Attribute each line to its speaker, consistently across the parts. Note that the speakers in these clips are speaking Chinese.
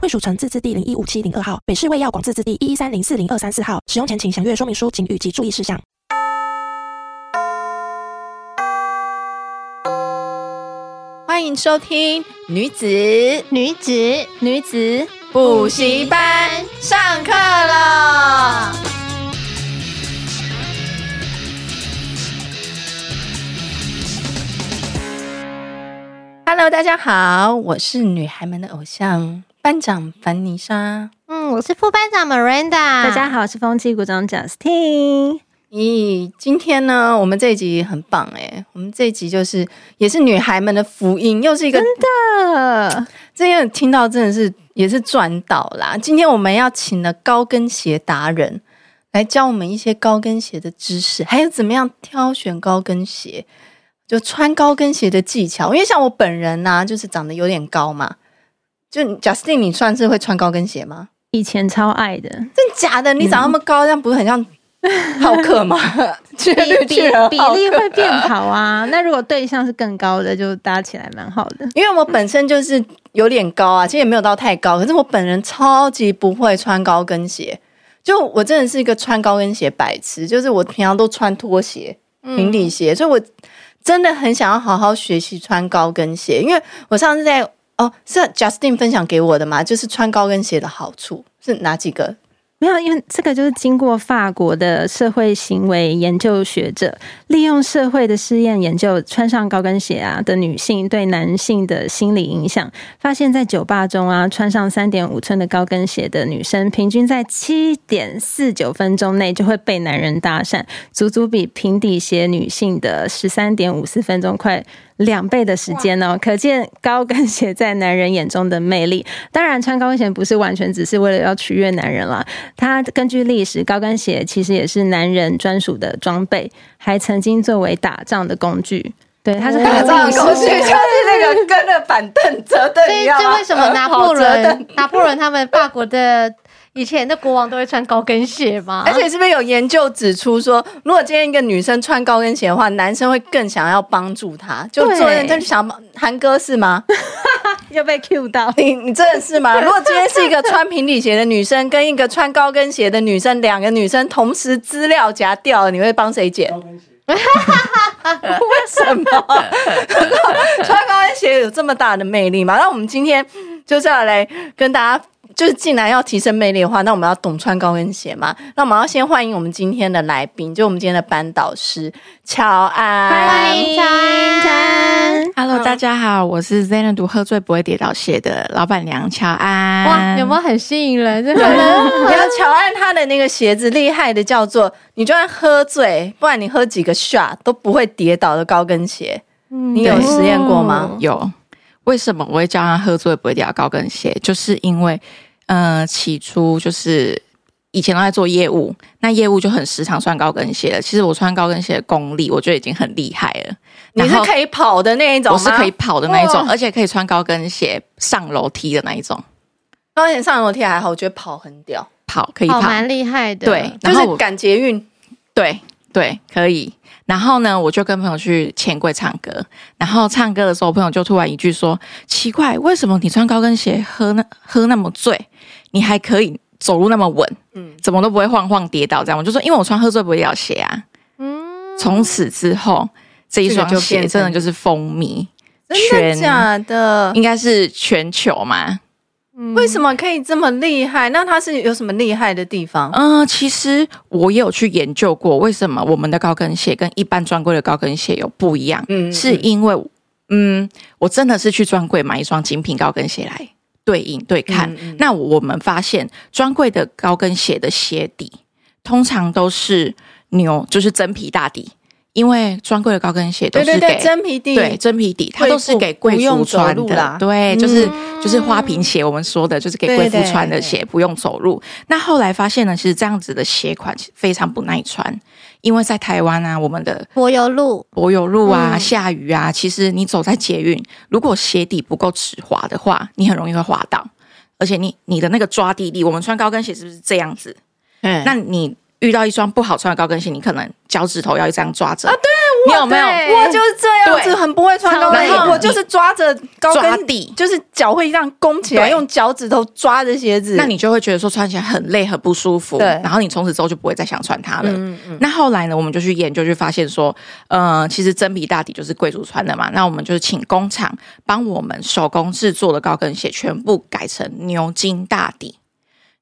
Speaker 1: 惠蜀城自治地零一五七零二号，北市卫药广自治地一一三零四零二三四号。使用前请详阅说明书请及注意事项。
Speaker 2: 欢迎收听女子
Speaker 3: 女子，女子，
Speaker 2: 补习班上课了。Hello，大家好，我是女孩们的偶像班长凡妮莎。
Speaker 3: 嗯，我是副班长 Miranda。大
Speaker 4: 大家好，我是风纪股长 Justin。
Speaker 2: 咦，今天呢，我们这一集很棒哎、我们这一集就是也是女孩们的福音，又是一个
Speaker 4: 呃，
Speaker 2: 这样听到真的是也是赚到啦！今天我们要请了高跟鞋达人来教我们一些高跟鞋的知识，还有怎么样挑选高跟鞋，就穿高跟鞋的技巧。因为像我本人呐、就是长得有点高嘛。就 Justin，你算是会穿高跟鞋吗？
Speaker 4: 以前超爱的，
Speaker 2: 真假的？你长那么高，这样不是很像浩克 吗？确
Speaker 4: 嗯比比
Speaker 2: 确很
Speaker 4: 比
Speaker 2: 浩克
Speaker 4: 例会变好啊。那如果对象是更高的，就搭起来蛮好的。
Speaker 2: 因为我本身就是有点高啊，其实也没有到太高，可是我本人超级不会穿高跟鞋，就我真的是一个穿高跟鞋白痴，就是我平常都穿拖鞋、
Speaker 4: 嗯
Speaker 2: 平底鞋，所以我真的很想要好好学习穿高跟鞋，因为我上次在哦是 Justin 分享给我的嘛，就是穿高跟鞋的好处是哪几个？
Speaker 4: 没有，因为这个就是经过法国的社会行为研究学者利用社会的试验研究，穿上高跟鞋啊的女性对男性的心理影响，发现，在酒吧中啊，穿上三点五寸的高跟鞋的女生，平均在七点四九分钟内就会被男人搭讪，足足比平底鞋女性的十三点五四分钟快。两倍的时间哦，可见高跟鞋在男人眼中的魅力。当然，穿高跟鞋不是完全只是为了要取悦男人啦，它根据历史，高跟鞋其实也是男人专属的装备，还曾经作为打仗的工具。对，它是
Speaker 3: 哦
Speaker 2: 打仗的
Speaker 4: 很有历
Speaker 2: 工
Speaker 4: 史
Speaker 2: 具就是那个跟着板凳
Speaker 4: 哦
Speaker 2: 折凳
Speaker 3: 所
Speaker 2: 一
Speaker 3: 以
Speaker 2: 样
Speaker 3: 这
Speaker 2: 吗，
Speaker 3: 为什么拿
Speaker 2: 好
Speaker 3: 破
Speaker 2: 折凳
Speaker 3: 仑、拿破仑他们法国的以前的国王都会穿高跟鞋吗？
Speaker 2: 而且是不是有研究指出说，如果今天一个女生穿高跟鞋的话，男生会更想要帮助她，就
Speaker 4: 对
Speaker 2: 做人就想帮韩哥是吗？
Speaker 4: 又被 Q 到。
Speaker 2: 你你真的是 吗？如果今天是一个穿平底鞋的女生跟一个穿高跟鞋的女生，两个女生同时资料夹掉了，你会帮谁捡？为什么 穿高跟鞋有这么大的魅力吗？那我们今天就是要来跟大家，就是既然要提升魅力的话，那我们要懂穿高跟鞋嘛。那我们要先欢迎我们今天的来宾，就我们今天的班导师乔安。
Speaker 3: 欢迎餐。
Speaker 5: Hello，大家好，我是 z e n a 读喝醉不会跌倒鞋的老板娘乔安。
Speaker 3: 哇，有没有很吸引人？ 真
Speaker 2: 对
Speaker 3: 的，
Speaker 2: 然 后乔安他的那个鞋子厉害的叫做，你就算喝醉，不然你喝几个 shot 都不会跌倒的高跟鞋。
Speaker 5: 嗯
Speaker 2: 你有实验过
Speaker 3: 哦
Speaker 2: 吗？
Speaker 5: 有？为什么我会叫他喝醉不会跌倒高跟鞋？就是因为，呃，起初就是以前都在做业务，那业务就很时常穿高跟鞋了。其实我穿高跟鞋的功力，我觉得已经很厉害了。
Speaker 2: 你是
Speaker 5: 然后
Speaker 2: 可以跑的那一种
Speaker 5: 我
Speaker 2: 吗？
Speaker 5: 是可以，跑的那一种
Speaker 2: 哇，
Speaker 5: 而且可以穿高跟鞋上楼梯的那一种，
Speaker 2: 高跟鞋上楼梯还好，我觉得跑很屌，嗯
Speaker 5: 跑可以
Speaker 3: 哦，
Speaker 5: 跑。
Speaker 3: 蛮厉害的。
Speaker 5: 对，
Speaker 2: 就
Speaker 5: 然后我
Speaker 2: 是赶捷运。
Speaker 5: 对对，可以。然后呢，我就跟朋友去钱柜唱歌，然后唱歌的时候，朋友就突然一句说：“奇怪，为什么你穿高跟鞋喝那喝那么醉，你还可以走路那么稳？嗯，怎么都不会晃晃跌倒这样？”我就说：“因为我穿喝醉不会跌倒鞋啊。”嗯，从此之后，这一
Speaker 2: 这个
Speaker 5: 双
Speaker 2: 就
Speaker 5: 鞋
Speaker 2: 变
Speaker 5: 真的
Speaker 2: 成
Speaker 5: 就是风靡，
Speaker 2: 真的
Speaker 5: 全
Speaker 2: 假的？
Speaker 5: 应该是全球嘛。嗯
Speaker 2: 为什么可以这么厉害？那它是有什么厉害的地方？
Speaker 5: 嗯、其实我也有去研究过，为什么我们的高跟鞋跟一般专柜的高跟鞋有不一样？
Speaker 2: 嗯
Speaker 5: 是因为，嗯，我真的是去专柜买一双精品高跟鞋来对应对看。
Speaker 2: 嗯嗯
Speaker 5: 那我们发现，专柜的高跟鞋的鞋底通常都是牛，就是真皮大底。因为专柜的高跟鞋都
Speaker 2: 对
Speaker 5: 是
Speaker 2: 对
Speaker 5: 给
Speaker 2: 对，真皮地，
Speaker 5: 对真皮底，它
Speaker 2: 贵
Speaker 5: 都是
Speaker 2: 妇
Speaker 5: 给
Speaker 2: 不
Speaker 5: 贵
Speaker 2: 用
Speaker 5: 妇
Speaker 2: 走
Speaker 5: 穿
Speaker 2: 路啦
Speaker 5: 的，对，就是就是花瓶鞋，我们说的就是给
Speaker 2: 对
Speaker 5: 贵妇
Speaker 2: 对
Speaker 5: 穿的鞋，不用走路。那后来发现呢，其实这样子的鞋款其实非常不耐穿，因为在台湾啊，我们的
Speaker 3: 柏油路，
Speaker 5: 柏油路啊、
Speaker 3: 嗯
Speaker 5: 下雨啊，其实你走在捷运，如果鞋底不够直滑的话，你很容易会滑倒，而且你你的那个抓地力，我们穿高跟鞋是不是这样子？
Speaker 2: 嗯，
Speaker 5: 那你遇到一双不好穿的高跟鞋，你可能脚趾头要这样抓着啊？对，你有没有
Speaker 3: 对
Speaker 2: 我就是这样子，
Speaker 5: 对
Speaker 2: 很不会穿高跟鞋
Speaker 5: 然后，你
Speaker 2: 我就是抓着高
Speaker 5: 抓
Speaker 2: 跟，
Speaker 5: 地？
Speaker 2: 就是脚会这样弓起来，
Speaker 5: 对
Speaker 2: 用脚趾头抓着鞋子。
Speaker 5: 那你就会觉得说穿起来很累、很不舒服，
Speaker 2: 对
Speaker 5: 然后你从此之后就不会再想穿它了。
Speaker 2: 嗯嗯，
Speaker 5: 那后来呢，我们就去研究，就发现说，呃，其实真皮大底就是贵族穿的嘛。那我们就是请工厂帮我们手工制作的高跟鞋，全部改成牛津大底。
Speaker 2: 嗯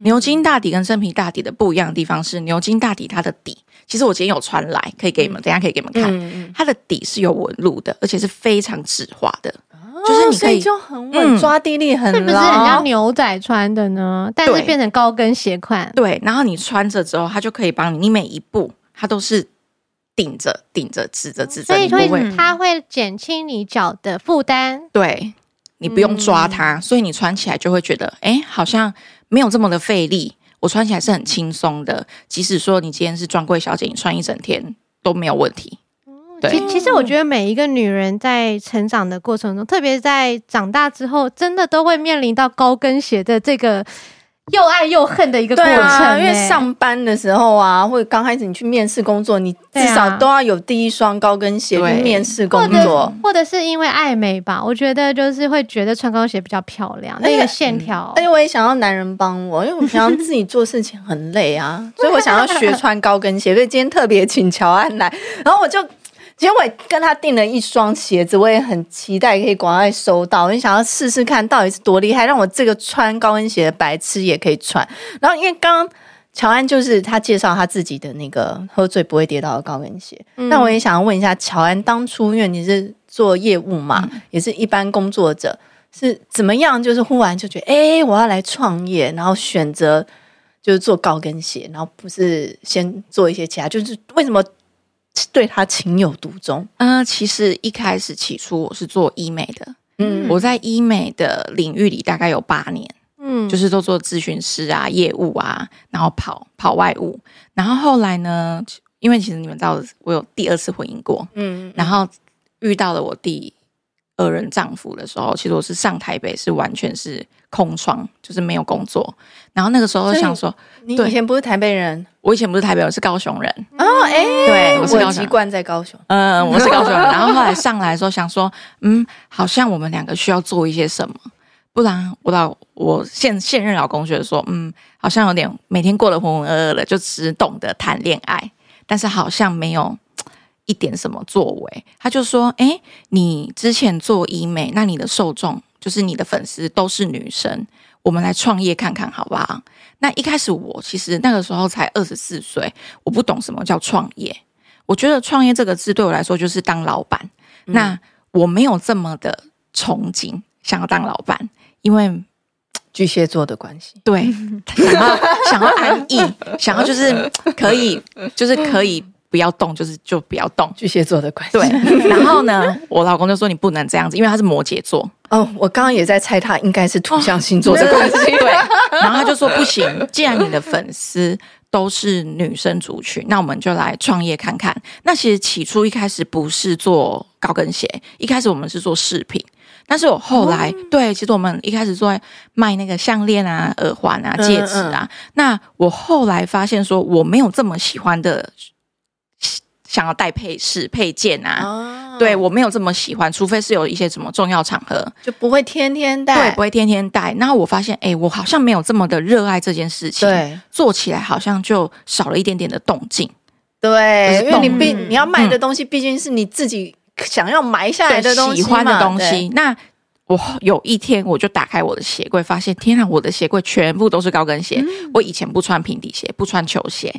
Speaker 5: 牛津大底跟真皮大底的不一样的地方是，牛津大底它的底，其实我今天有穿来，可以给你们，
Speaker 2: 嗯
Speaker 5: 等一下可以给你们看，它的底是有纹路的，而且是非常直滑的，就是
Speaker 2: 哦
Speaker 5: 你
Speaker 2: 所
Speaker 5: 可
Speaker 2: 以
Speaker 5: 以
Speaker 2: 就很稳，
Speaker 5: 嗯
Speaker 2: 抓地力很
Speaker 3: 是不是很像
Speaker 2: 牢。
Speaker 3: 牛仔穿的呢？但是
Speaker 5: 对
Speaker 3: 变成高跟鞋款，
Speaker 5: 对，然后你穿着之后，它就可以帮你，你每一步它都是顶着、顶着、指着、指着，
Speaker 3: 所以嗯
Speaker 5: 你不会
Speaker 3: 会它会减轻你脚的负担。
Speaker 5: 对你不用抓它，
Speaker 3: 嗯
Speaker 5: 所以你穿起来就会觉得，哎，好像没有这么的费力。我穿起来是很轻松的，即使说你今天是专柜小姐，你穿一整天都没有问题。对
Speaker 3: 其其实我觉得每哦一个女人在成长的过程中，特别在长大之后，真的都会面临到高跟鞋的这个又爱又恨的一个过
Speaker 2: 对
Speaker 3: 程、
Speaker 2: 啊，因为
Speaker 3: 欸
Speaker 2: 上班的时候啊，或者刚开始你去面试工作，你至
Speaker 3: 对啊
Speaker 2: 少都要有第一双高跟鞋
Speaker 5: 对
Speaker 2: 去面试
Speaker 3: 或
Speaker 2: 工
Speaker 3: 者
Speaker 2: 作。
Speaker 3: 或者是因为爱美吧，我觉得就是会觉得穿高跟鞋比较漂亮，
Speaker 5: 哎
Speaker 2: 而且
Speaker 3: 那个线条
Speaker 2: 而。且我也想要男人帮我，因为我平常自己做事情很累啊，所以我想要学穿高跟鞋，所以今天特别请乔安来，然后我就。其实我也跟他订了一双鞋子，我也很期待可以赶快收到，我就想要试试看到底是多厉害，让我这个穿高跟鞋的白痴也可以穿。然后因为刚刚乔安就是他介绍他自己的那个喝醉不会跌倒的高跟鞋，那我也想要问一下乔安，当初因为你是做业务嘛，也是一般工作者，是怎么样？就是忽然就觉得，哎、我要来创业，然后选择就是做高跟鞋，然后不是先做一些其他，就是为什么对他情有独钟？
Speaker 5: 呃，其实一开始起初我是做医美的，
Speaker 2: 嗯，
Speaker 5: 我在医美的领域里大概有八年。
Speaker 3: 嗯
Speaker 5: 就是都做咨询师啊、业务啊，然后跑跑外务。然后后来呢，因为其实你们知道，我有第二次婚姻过，
Speaker 2: 嗯
Speaker 5: 然后遇到了我第二任丈夫的时候，其实我是上台北是完全是空窗，就是没有工作。然后那个时候
Speaker 2: 所以
Speaker 5: 想说，
Speaker 2: 你
Speaker 5: 对
Speaker 2: 以前不是台北人
Speaker 5: 我以前不是台北，我是高雄人，
Speaker 2: 哦，哎、
Speaker 5: 对我是
Speaker 2: 我
Speaker 5: 高
Speaker 2: 籍
Speaker 5: 雄。
Speaker 2: 贯在高雄，
Speaker 5: 嗯，我是高雄人。然后后来上来的时候想说，嗯，好像我们两个需要做一些什么，不然我老我现现任老公觉得说，嗯，好像有点每天过得浑浑噩噩的，就只懂得谈恋爱，但是好像没有一点什么作为。他就说，诶，你之前做医美，那你的受众就是你的粉丝都是女生。我们来创业看看好不好？那一开始我其实那个时候才二十四岁，我不懂什么叫创业，我觉得创业这个字对我来说就是当老板，
Speaker 2: 嗯
Speaker 5: 那我没有这么的憧憬想要当老板，因为
Speaker 2: 巨蟹座的关系，
Speaker 5: 对想要想要安逸，想要就是可以就是可以不要动，就是就不要动。
Speaker 2: 巨蟹座的关系。
Speaker 5: 对，然后呢，我老公就说你不能这样子，因为他是摩羯座，
Speaker 2: 哦，我刚刚也在猜他应该是土象星哦座的关系。
Speaker 5: 对， 然后他就说不行，既然你的粉丝都是女生族群，那我们就来创业看看。那其实起初一开始不是做高跟鞋，一开始我们是做饰品。但是我后来、
Speaker 2: 哦
Speaker 5: 对，其实我们一开始做卖那个项链啊、耳环啊、
Speaker 2: 嗯
Speaker 5: 戒指啊。那我后来发现说，我没有这么喜欢的，想要戴配饰、配件啊。
Speaker 2: 哦
Speaker 5: 对，我没有这么喜欢，除非是有一些什么重要场合，
Speaker 2: 就不会天天
Speaker 5: 对，
Speaker 2: 戴，
Speaker 5: 不会天天戴。那我发现，哎、我好像没有这么的热爱这件事情，，
Speaker 2: 对
Speaker 5: 做起来好像就少了一点点的动静，
Speaker 2: 对，
Speaker 5: 就是
Speaker 2: 因为你
Speaker 5: 动
Speaker 2: 毕
Speaker 3: 嗯
Speaker 2: 你要卖的东西，毕竟是你自己想要埋下来的东西
Speaker 5: 喜
Speaker 2: 嘛，
Speaker 5: 欢的东
Speaker 2: 对。
Speaker 5: 西。那我有一天我就打开我的鞋柜，发现天啊，我的鞋柜全部都是高跟鞋。
Speaker 2: 嗯
Speaker 5: 我以前不穿平底鞋，不穿球鞋，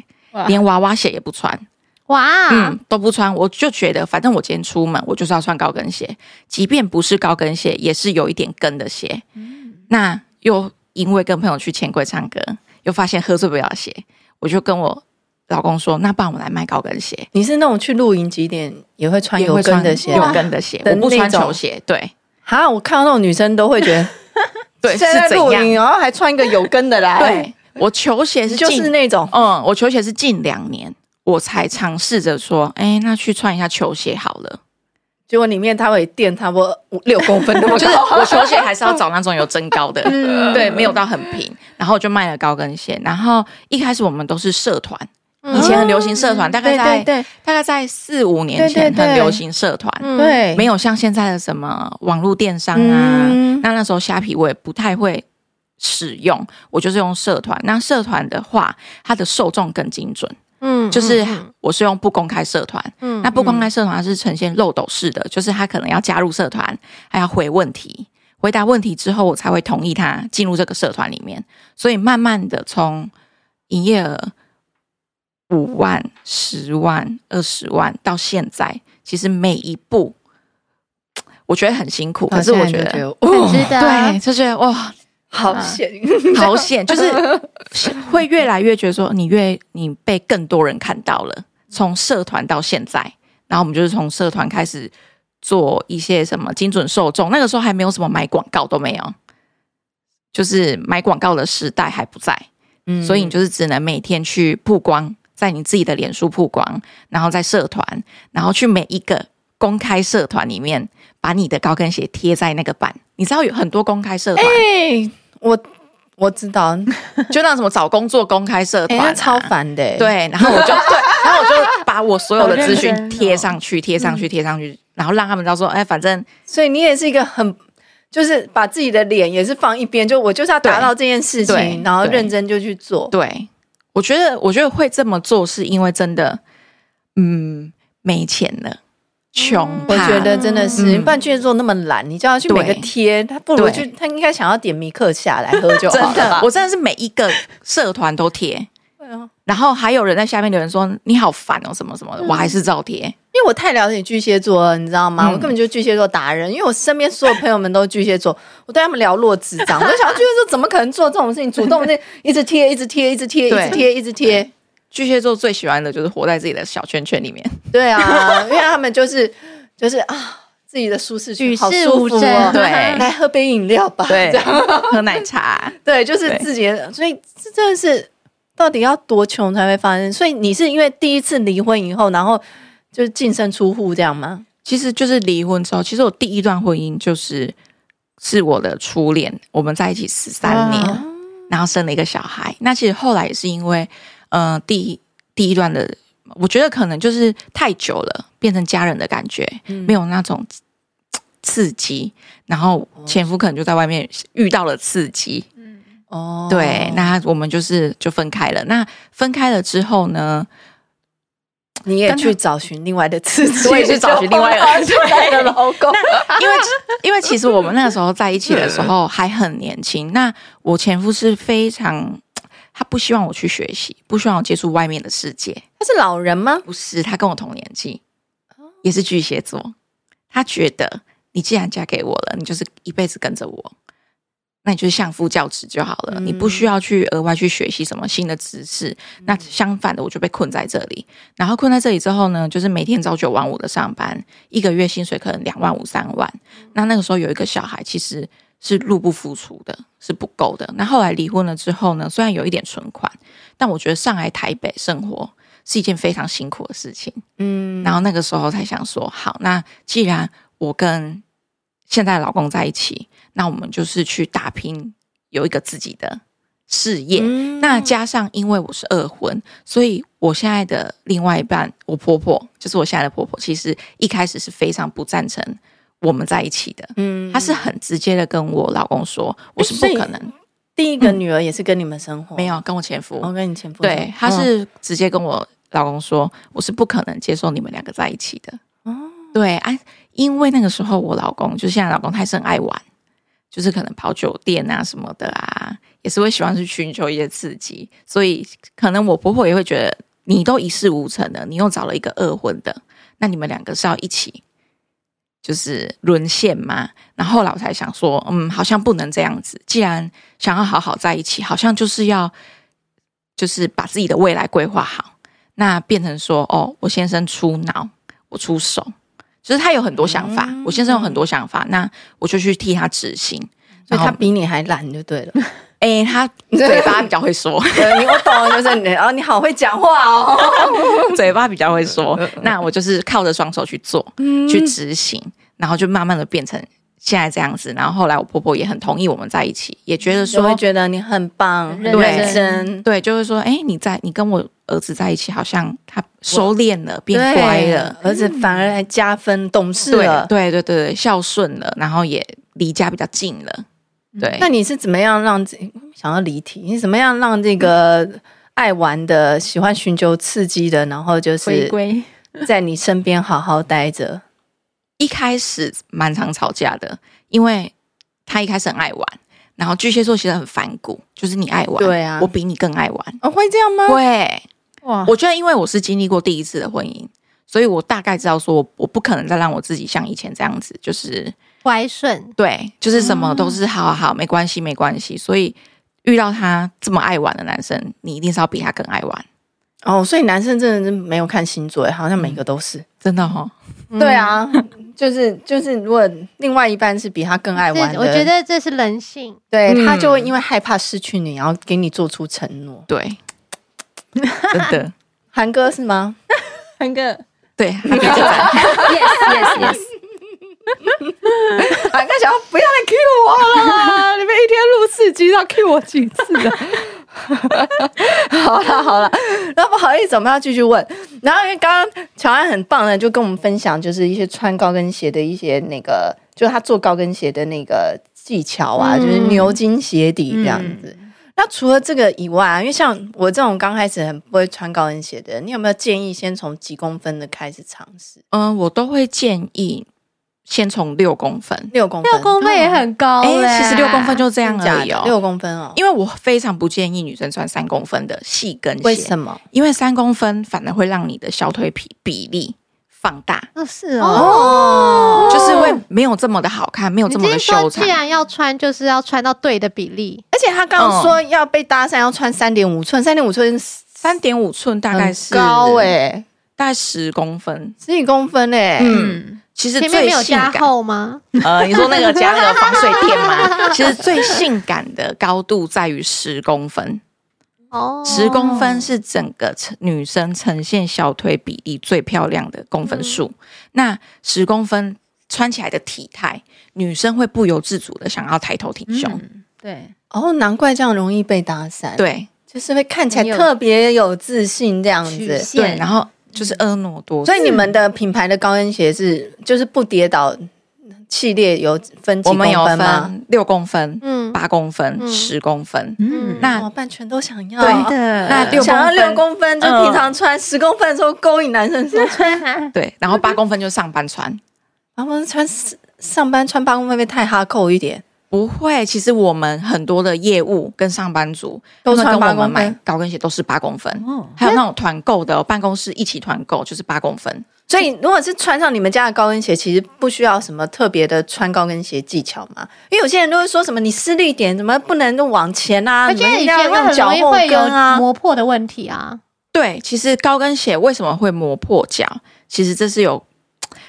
Speaker 5: 连娃娃鞋也不穿，
Speaker 3: 哇，
Speaker 5: 嗯，都不穿。我就觉得，反正我今天出门，我就是要穿高跟鞋，即便不是高跟鞋，也是有一点跟的鞋。
Speaker 2: 嗯
Speaker 5: 那又因为跟朋友去钱柜唱歌，又发现喝醉不了的鞋，我就跟我老公说，那不然我们来卖高跟鞋，
Speaker 2: 你是那种去露营几点也会穿
Speaker 5: 也
Speaker 2: 啊有
Speaker 5: 会
Speaker 2: 跟
Speaker 5: 穿
Speaker 2: 的鞋
Speaker 5: 有
Speaker 2: 吗？
Speaker 5: 跟的鞋，
Speaker 2: 的
Speaker 5: 我不穿
Speaker 2: 那种
Speaker 5: 球鞋，对
Speaker 2: 哈，我看到那种女生都会觉得
Speaker 5: 对是
Speaker 2: 现在
Speaker 5: 怎
Speaker 2: 露
Speaker 5: 样？
Speaker 2: 营，然后还穿一个有跟的来，
Speaker 5: 对，我球鞋是
Speaker 2: 哎就
Speaker 5: 近
Speaker 2: 是那种
Speaker 5: 嗯，我球鞋是近两年我才尝试着说，哎、那去穿一下球鞋好了。
Speaker 2: 结果里面它会垫差不多五六公分那么
Speaker 5: 就
Speaker 2: 高，
Speaker 5: 是我球鞋还是要找那种有增高的，嗯对，没有到很平。然后我就卖了高跟鞋。然后一开始我们都是社团，以前很流行社团，大概
Speaker 2: 对
Speaker 5: 在
Speaker 2: 对对
Speaker 5: 大概在四五年
Speaker 2: 对对
Speaker 5: 前
Speaker 2: 对
Speaker 5: 很流行社团，
Speaker 2: 对，
Speaker 5: 没
Speaker 2: 有
Speaker 5: 有像现在的什么网络电商啊。
Speaker 2: 嗯
Speaker 5: 那那时候虾皮我也不太会使用，我就是用社团。那社团的话，它的受众更精准。
Speaker 3: 嗯
Speaker 5: 就是我是用不公开社团，
Speaker 3: 嗯
Speaker 5: 那不公开社团它是呈现漏斗式的，就是他可能要加入社团，还要回问题，回答问题之后，我才会同意他进入这个社团里面。所以慢慢的从营业额五万、十万、二十万到现在，其实每一步我觉得很辛苦，可是我觉
Speaker 2: 现在
Speaker 5: 得。
Speaker 2: 就觉哦，
Speaker 3: 值得啊
Speaker 5: 对，就觉得哇，
Speaker 2: 好险，
Speaker 5: 好险，就是 会越来越觉得说，你越你被更多人看到了，从社团到现在，然后我们就是从社团开始做一些什么精准受众，那个时候还没有什么买广告都没有，就是买广告的时代还不在，
Speaker 2: 嗯
Speaker 5: 所以你就是只能每天去曝光，在你自己的脸书曝光，然后在社团，然后去每一个公开社团里面把你的高跟鞋贴在那个板，你知道有很多公开社团。
Speaker 2: 哎，我我知道，
Speaker 5: 就那什么找工作公开社
Speaker 2: 哎，
Speaker 5: 团、啊
Speaker 2: 那超烦的，，欸
Speaker 5: 对，然后我就对，然后我就把我所有的资
Speaker 4: 好认真
Speaker 5: 讯
Speaker 4: 哦
Speaker 5: 贴上去，贴上
Speaker 2: 嗯
Speaker 5: 去，贴上去，然后让他们知道说，哎，反正
Speaker 2: 所以你也是一个很。就是把自己的脸也是放一边，就我就是要达到这件事
Speaker 5: 对
Speaker 2: 情，然后
Speaker 5: 对
Speaker 2: 认真就去做。
Speaker 5: 对，我觉得我觉得会这么做是因为真的，嗯，没钱了，穷怕
Speaker 2: 嗯我觉得真的是，
Speaker 5: 嗯
Speaker 2: 不然巨蟹座那么懒，你叫他去
Speaker 5: 对
Speaker 2: 每个贴，他不如
Speaker 5: 对
Speaker 2: 去，他应该想要点米克夏来喝就好
Speaker 5: 真
Speaker 2: 了
Speaker 5: 的
Speaker 2: 吧，
Speaker 5: 我真的是每一个社团都贴。
Speaker 2: 对啊
Speaker 5: 然后还有人在下面留言说你好烦哦，什么什么的，我还是
Speaker 2: 嗯
Speaker 5: 照贴。
Speaker 2: 因为我太了解巨蟹座了，你知道吗？
Speaker 5: 嗯
Speaker 2: 我根本就是巨蟹座达人，因为我身边所有朋友们都是巨蟹座，我对他们了若指掌。我就想，巨蟹座怎么可能做这种事情？主动的一直贴，一直贴，一直贴，一
Speaker 5: 对
Speaker 2: 直贴，一直贴。
Speaker 5: 巨蟹座最喜欢的就是活在自己的小圈圈里面。
Speaker 2: 对啊，因 为他们就是就是啊，自己的舒适
Speaker 3: 与
Speaker 2: 区
Speaker 3: 世
Speaker 2: 好舒服
Speaker 3: 无
Speaker 2: 哦
Speaker 3: 争。
Speaker 5: 对
Speaker 2: 来喝杯饮料吧。这样，
Speaker 5: 喝奶茶，
Speaker 2: 对，就是
Speaker 5: 对
Speaker 2: 自己的，所以这真的是到底要多穷才会发生？所以你是因为第一次离婚以后，然后就是净身出户这样吗？
Speaker 5: 其实就是离婚之后，其实我第一段婚姻就是是我的初恋，我们在一起十三年，然后生了一个小孩。那其实后来也是因为，呃，第一第一段的，我觉得可能就是太久了，变成家人的感觉，没有那种嘖刺激。然后前夫可能就在外面遇到了刺激，
Speaker 2: 哦
Speaker 5: 对，那我们就是就分开了。那分开了之后呢，
Speaker 2: 你也
Speaker 5: 跟他
Speaker 2: 去找寻另外的刺激，
Speaker 5: 我也去找寻 另外一个
Speaker 2: 就碰到现在的老公。
Speaker 5: 因为因为其实我们那个时候在一起的时候还很年轻，那我前夫是非常。他不希望我去学习，不希望我接触外面的世界。
Speaker 2: 他是老人吗？
Speaker 5: 不是，他跟我同年纪，也是巨蟹座。他觉得你既然嫁给我了，你就是一辈子跟着我，那你就是相夫教子就好了，你不需要去额外去学习什么新的知识。那相反的，我就被困在这里。然后困在这里之后呢，就是每天朝九晚五的上班，一个月薪水可能两万五、三万。那那个时候有一个小孩，其实是入不敷出的，是不够的。那后来离婚了之后呢，虽然有一点存款，但我觉得上来台北生活是一件非常辛苦的事情。
Speaker 2: 嗯，
Speaker 5: 然后那个时候才想说，好，那既然我跟现在的老公在一起，那我们就是去打拼，有一个自己的事业。
Speaker 2: 嗯
Speaker 5: 那加上因为我是二婚，所以我现在的另外一半，我婆婆就是我现在的婆婆，其实一开始是非常不赞成我们在一起的。
Speaker 2: 嗯哎
Speaker 5: 她是很直接的跟我老公说，我是
Speaker 2: 所以哦
Speaker 5: 不可能，
Speaker 2: 第一个女儿也是跟你们生活，
Speaker 5: 没有跟我前夫。
Speaker 2: 我跟你前夫生活哦
Speaker 5: 对，他是直接跟我老公说，我是不可能接受你们两个在一起的。对，哎、因为那个时候我老公，就现在老公，他是很爱玩，就是可能跑酒店啊什么的啊，也是会喜欢去寻求一些刺激，所以可能我婆婆也会觉得，你都一事无成了，你又找了一个二婚的，那你们两个是要一起。就是沦陷嘛，然后后来我才想说，嗯，好像不能这样子。既然想要好好在一起，好像就是要就是把自己的未来规划好。那变成说，哦，我先生出脑，我出手，就是他有很多想法，我先生有很多想法，那我就去替他执行。
Speaker 2: 所以
Speaker 5: 然
Speaker 2: 他
Speaker 5: 后
Speaker 2: 比你还懒就对了。
Speaker 5: 诶，他嘴巴比较会说，
Speaker 2: 对你我懂，就是你，哦，你好会讲话 哦。
Speaker 5: 嘴巴比较会说，
Speaker 2: 嗯
Speaker 5: 那我就是靠着双手去做，去执行，然后就慢慢的变成现在这样子。然后后来我婆婆也很同意我们在一起，也觉得
Speaker 2: 嗯就会
Speaker 5: 说，
Speaker 2: 觉得你很棒，很
Speaker 3: 认
Speaker 2: 认
Speaker 5: 真
Speaker 2: 真。
Speaker 5: 对，就是说，哎，你在你跟我儿子在一起，好像他收敛了，变乖了，
Speaker 2: 而且反而还加分，懂事
Speaker 5: 对
Speaker 2: 了。
Speaker 5: 对对对对，孝顺了，然后也离家比较近了。对，
Speaker 2: 嗯那你是怎么样让自想要离题？你怎么样让这个爱玩的、喜欢寻求刺激的，然后就
Speaker 4: 回
Speaker 2: 是
Speaker 4: 归
Speaker 2: 在你身边好好待着？
Speaker 5: 一开始蛮常吵架的，因为他一开始很爱玩，然后巨蟹座其实很反骨，就是你爱玩，
Speaker 2: 对啊
Speaker 5: 我比你更爱玩。
Speaker 2: 哦，会这样 吗？
Speaker 5: 会，
Speaker 3: 哇，
Speaker 5: 我觉得因为我是经历过第一次的婚姻，所以我大概知道说我我不可能再让我自己像以前这样子，就是
Speaker 3: 乖顺，
Speaker 5: 对，嗯就是什么都是好好好，没关系没关系。所以遇到他这么爱玩的男生，你一定是要比他更爱玩，
Speaker 2: 哦，所以男生真的是没有看星座，欸好像每个都是。
Speaker 5: 真的哦。
Speaker 2: 对啊， 就是就是，如果另外一半是比他更爱
Speaker 3: 这
Speaker 2: 玩的，
Speaker 3: 我觉得这是人性。
Speaker 2: 对、
Speaker 5: 嗯
Speaker 2: 他就会因为害怕失去你，然后给你做出承诺。
Speaker 5: 对，真的，
Speaker 2: 韩哥是吗？
Speaker 4: 三个
Speaker 5: 对，他 就是在
Speaker 4: yes yes yes，
Speaker 2: 韩哥想要不要再 Q 我 了，你们一天录四集，要 Q 我几次啊？好 了好了，那不好意思，我们要继续问。然后因为刚刚乔安很棒的，就跟我们分享就是一些穿高跟鞋的一些那个，就是他做高跟鞋的那个技巧
Speaker 5: 嗯
Speaker 2: 啊，就是牛津鞋底这样子。那除了这个以外啊，因为像我这种刚开始很不会穿高跟鞋的人，你有没有建议先从几公分的开始尝试？
Speaker 5: 嗯，我都会建议先从六公分，
Speaker 2: 六公分，
Speaker 3: 六公分也很高
Speaker 5: 哎、
Speaker 3: 嘞，
Speaker 5: 其实六公分就这
Speaker 2: 这
Speaker 5: 样而已哦。
Speaker 2: 六公分哦，
Speaker 5: 因为我非常不建议女生穿三公分的细跟鞋，
Speaker 2: 为什么？
Speaker 5: 因为三公分反而会让你的小腿比比例放大，
Speaker 3: 哦是哦，
Speaker 2: 哦，
Speaker 5: 就是会没有这么的好看，没有
Speaker 3: 你
Speaker 5: 这
Speaker 3: 今
Speaker 5: 么
Speaker 3: 天
Speaker 5: 的
Speaker 3: 说
Speaker 5: 修
Speaker 3: 既
Speaker 5: 长。
Speaker 3: 然要穿，就是要穿到对的比例，
Speaker 2: 而且他刚刚
Speaker 5: 嗯
Speaker 2: 说要被搭讪，要穿三点五寸，三点五寸
Speaker 5: 三点五寸大概
Speaker 2: 很
Speaker 5: 是
Speaker 2: 高
Speaker 3: 欸
Speaker 2: 哎、
Speaker 5: 大概十公分。
Speaker 2: 十几公分哎、
Speaker 5: 嗯，其实
Speaker 3: 前面
Speaker 5: 最
Speaker 3: 没有
Speaker 5: 性
Speaker 3: 加
Speaker 5: 感，
Speaker 3: 厚吗？
Speaker 5: 呃，你说那个加那个防水垫吗？ 其实最性感的高度在于十公分，
Speaker 3: 哦，
Speaker 5: 十公分是整个呈女生呈现小腿比例最漂亮的公分数。
Speaker 3: 嗯
Speaker 5: 那十公分穿起来的体态，女生会不由自主的想要抬头挺胸。
Speaker 3: 嗯
Speaker 4: 对，
Speaker 2: 哦，难怪这样容易被搭讪，，
Speaker 5: 对
Speaker 2: 就是会看起来特别有自信这样
Speaker 4: 曲
Speaker 2: 子。
Speaker 5: 对，
Speaker 4: 线
Speaker 5: 然后就是婀娜多姿，
Speaker 2: 所以你们的品牌的高跟鞋是就是不跌倒系列有分几
Speaker 5: 我
Speaker 2: 公
Speaker 5: 们有
Speaker 2: 分吗？
Speaker 5: 分六公分、
Speaker 3: 嗯
Speaker 5: 八公分、
Speaker 3: 嗯
Speaker 5: 十公分。
Speaker 4: 嗯，
Speaker 5: 那
Speaker 2: 怎么办？哦全都想要。
Speaker 4: 对的，
Speaker 5: 那六
Speaker 2: 想要
Speaker 5: 公分
Speaker 2: 六公分，就
Speaker 5: 嗯
Speaker 2: 平常穿十公分的时候勾引男生说穿，
Speaker 5: 对，然后八公分就上班穿。
Speaker 2: 然后穿上班穿八公分会不会太哈扣一点？
Speaker 5: 不会，其实我们很多的业务跟上班族，
Speaker 2: 都
Speaker 5: 他们
Speaker 2: 穿
Speaker 5: 跟
Speaker 2: 八
Speaker 5: 我们
Speaker 2: 公分
Speaker 5: 买高跟鞋都是八公分，
Speaker 4: 哦
Speaker 5: 还有那种团购的哦、办公室一起团购就是八公分。
Speaker 2: 所以，如果是穿上你们家的高跟鞋，其实不需要什么特别的穿高跟鞋技巧嘛。因为有些人都会说什么你施力点，怎么不能用往前啊？
Speaker 3: 而且
Speaker 2: 你们一
Speaker 3: 以
Speaker 2: 定要
Speaker 3: 前会
Speaker 2: 用
Speaker 3: 很
Speaker 2: 脚
Speaker 3: 容易
Speaker 2: 后
Speaker 3: 会有
Speaker 2: 跟啊。
Speaker 3: 磨破的问题啊，
Speaker 5: 对，其实高跟鞋为什么会磨破脚？其实这是有，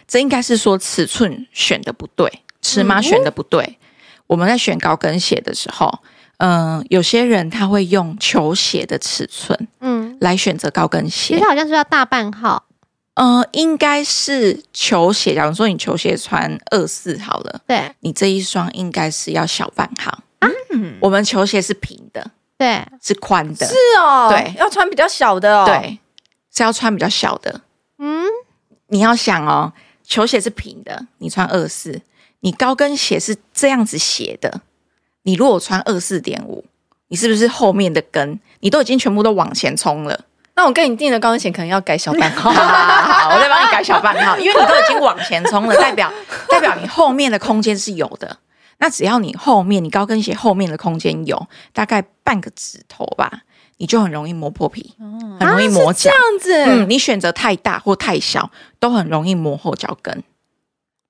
Speaker 5: 这应该是说尺寸选的不对，尺码
Speaker 2: 嗯
Speaker 5: 选的不对。我们在选高跟鞋的时候，嗯、有些人他会用球鞋的尺寸
Speaker 3: 嗯，
Speaker 5: 来选择高跟
Speaker 3: 其
Speaker 5: 鞋
Speaker 3: 实，好像是要大半号，
Speaker 5: 呃，应该是球鞋。假如说你球鞋穿二四好了，
Speaker 3: 对
Speaker 5: 你这一双应该是要小半号。
Speaker 2: 啊
Speaker 5: 嗯，我们球鞋是平的，
Speaker 3: 对，
Speaker 5: 是宽的，
Speaker 2: 是哦，
Speaker 5: 对
Speaker 2: 要穿比较小的哦。，
Speaker 5: 对，是要穿比较小的。
Speaker 3: 嗯，
Speaker 5: 你要想哦，球鞋是平的，你穿二四，你高跟鞋是这样子斜的，你如果穿二四点五，你是不是后面的跟你都已经全部都往前冲了？
Speaker 2: 那我跟你订的高跟鞋可能要改小半号。
Speaker 5: 好，我再帮你改小半 号，因为你都已经往前冲了，代表代表你后面的空间是有的。那只要你后面，你高跟鞋后面的空间有大概半个指头吧，你就很容易磨破皮，
Speaker 3: 哦
Speaker 5: 很容易磨
Speaker 3: 啊
Speaker 5: 脚。
Speaker 2: 这样子，
Speaker 5: 嗯，你选择太大或太小，都很容易磨后脚跟。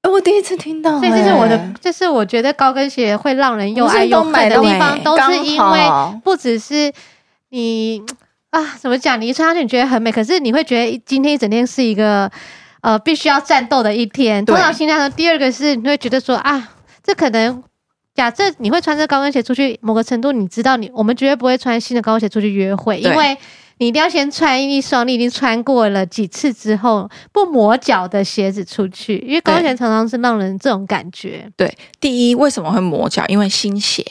Speaker 2: 哎我第一次听到、
Speaker 3: 所以这是
Speaker 2: 哎
Speaker 3: 我的，
Speaker 5: 欸
Speaker 3: 这是我觉得高跟鞋会让人又爱又恨的地方，
Speaker 2: 我们是都
Speaker 3: 都
Speaker 2: 买到
Speaker 3: 是因
Speaker 2: 刚
Speaker 3: 为
Speaker 2: 好
Speaker 3: 不只是你啊，怎么讲？你一穿上去你觉得很美，可是你会觉得今天一整天是一个呃必须要战斗的一天。
Speaker 5: 对
Speaker 3: 通常心态呢，第二个是你会觉得说啊，这可能。假设你会穿着高跟鞋出去，某个程度你知道你，我们绝对不会穿新的高跟鞋出去约会，因
Speaker 5: 对
Speaker 3: 为你一定要先穿一双你已经穿过了几次之后不磨脚的鞋子出去，因为高跟鞋
Speaker 5: 对
Speaker 3: 常常是让人这种感觉。
Speaker 5: 对，第一为什么会磨脚？因为新鞋，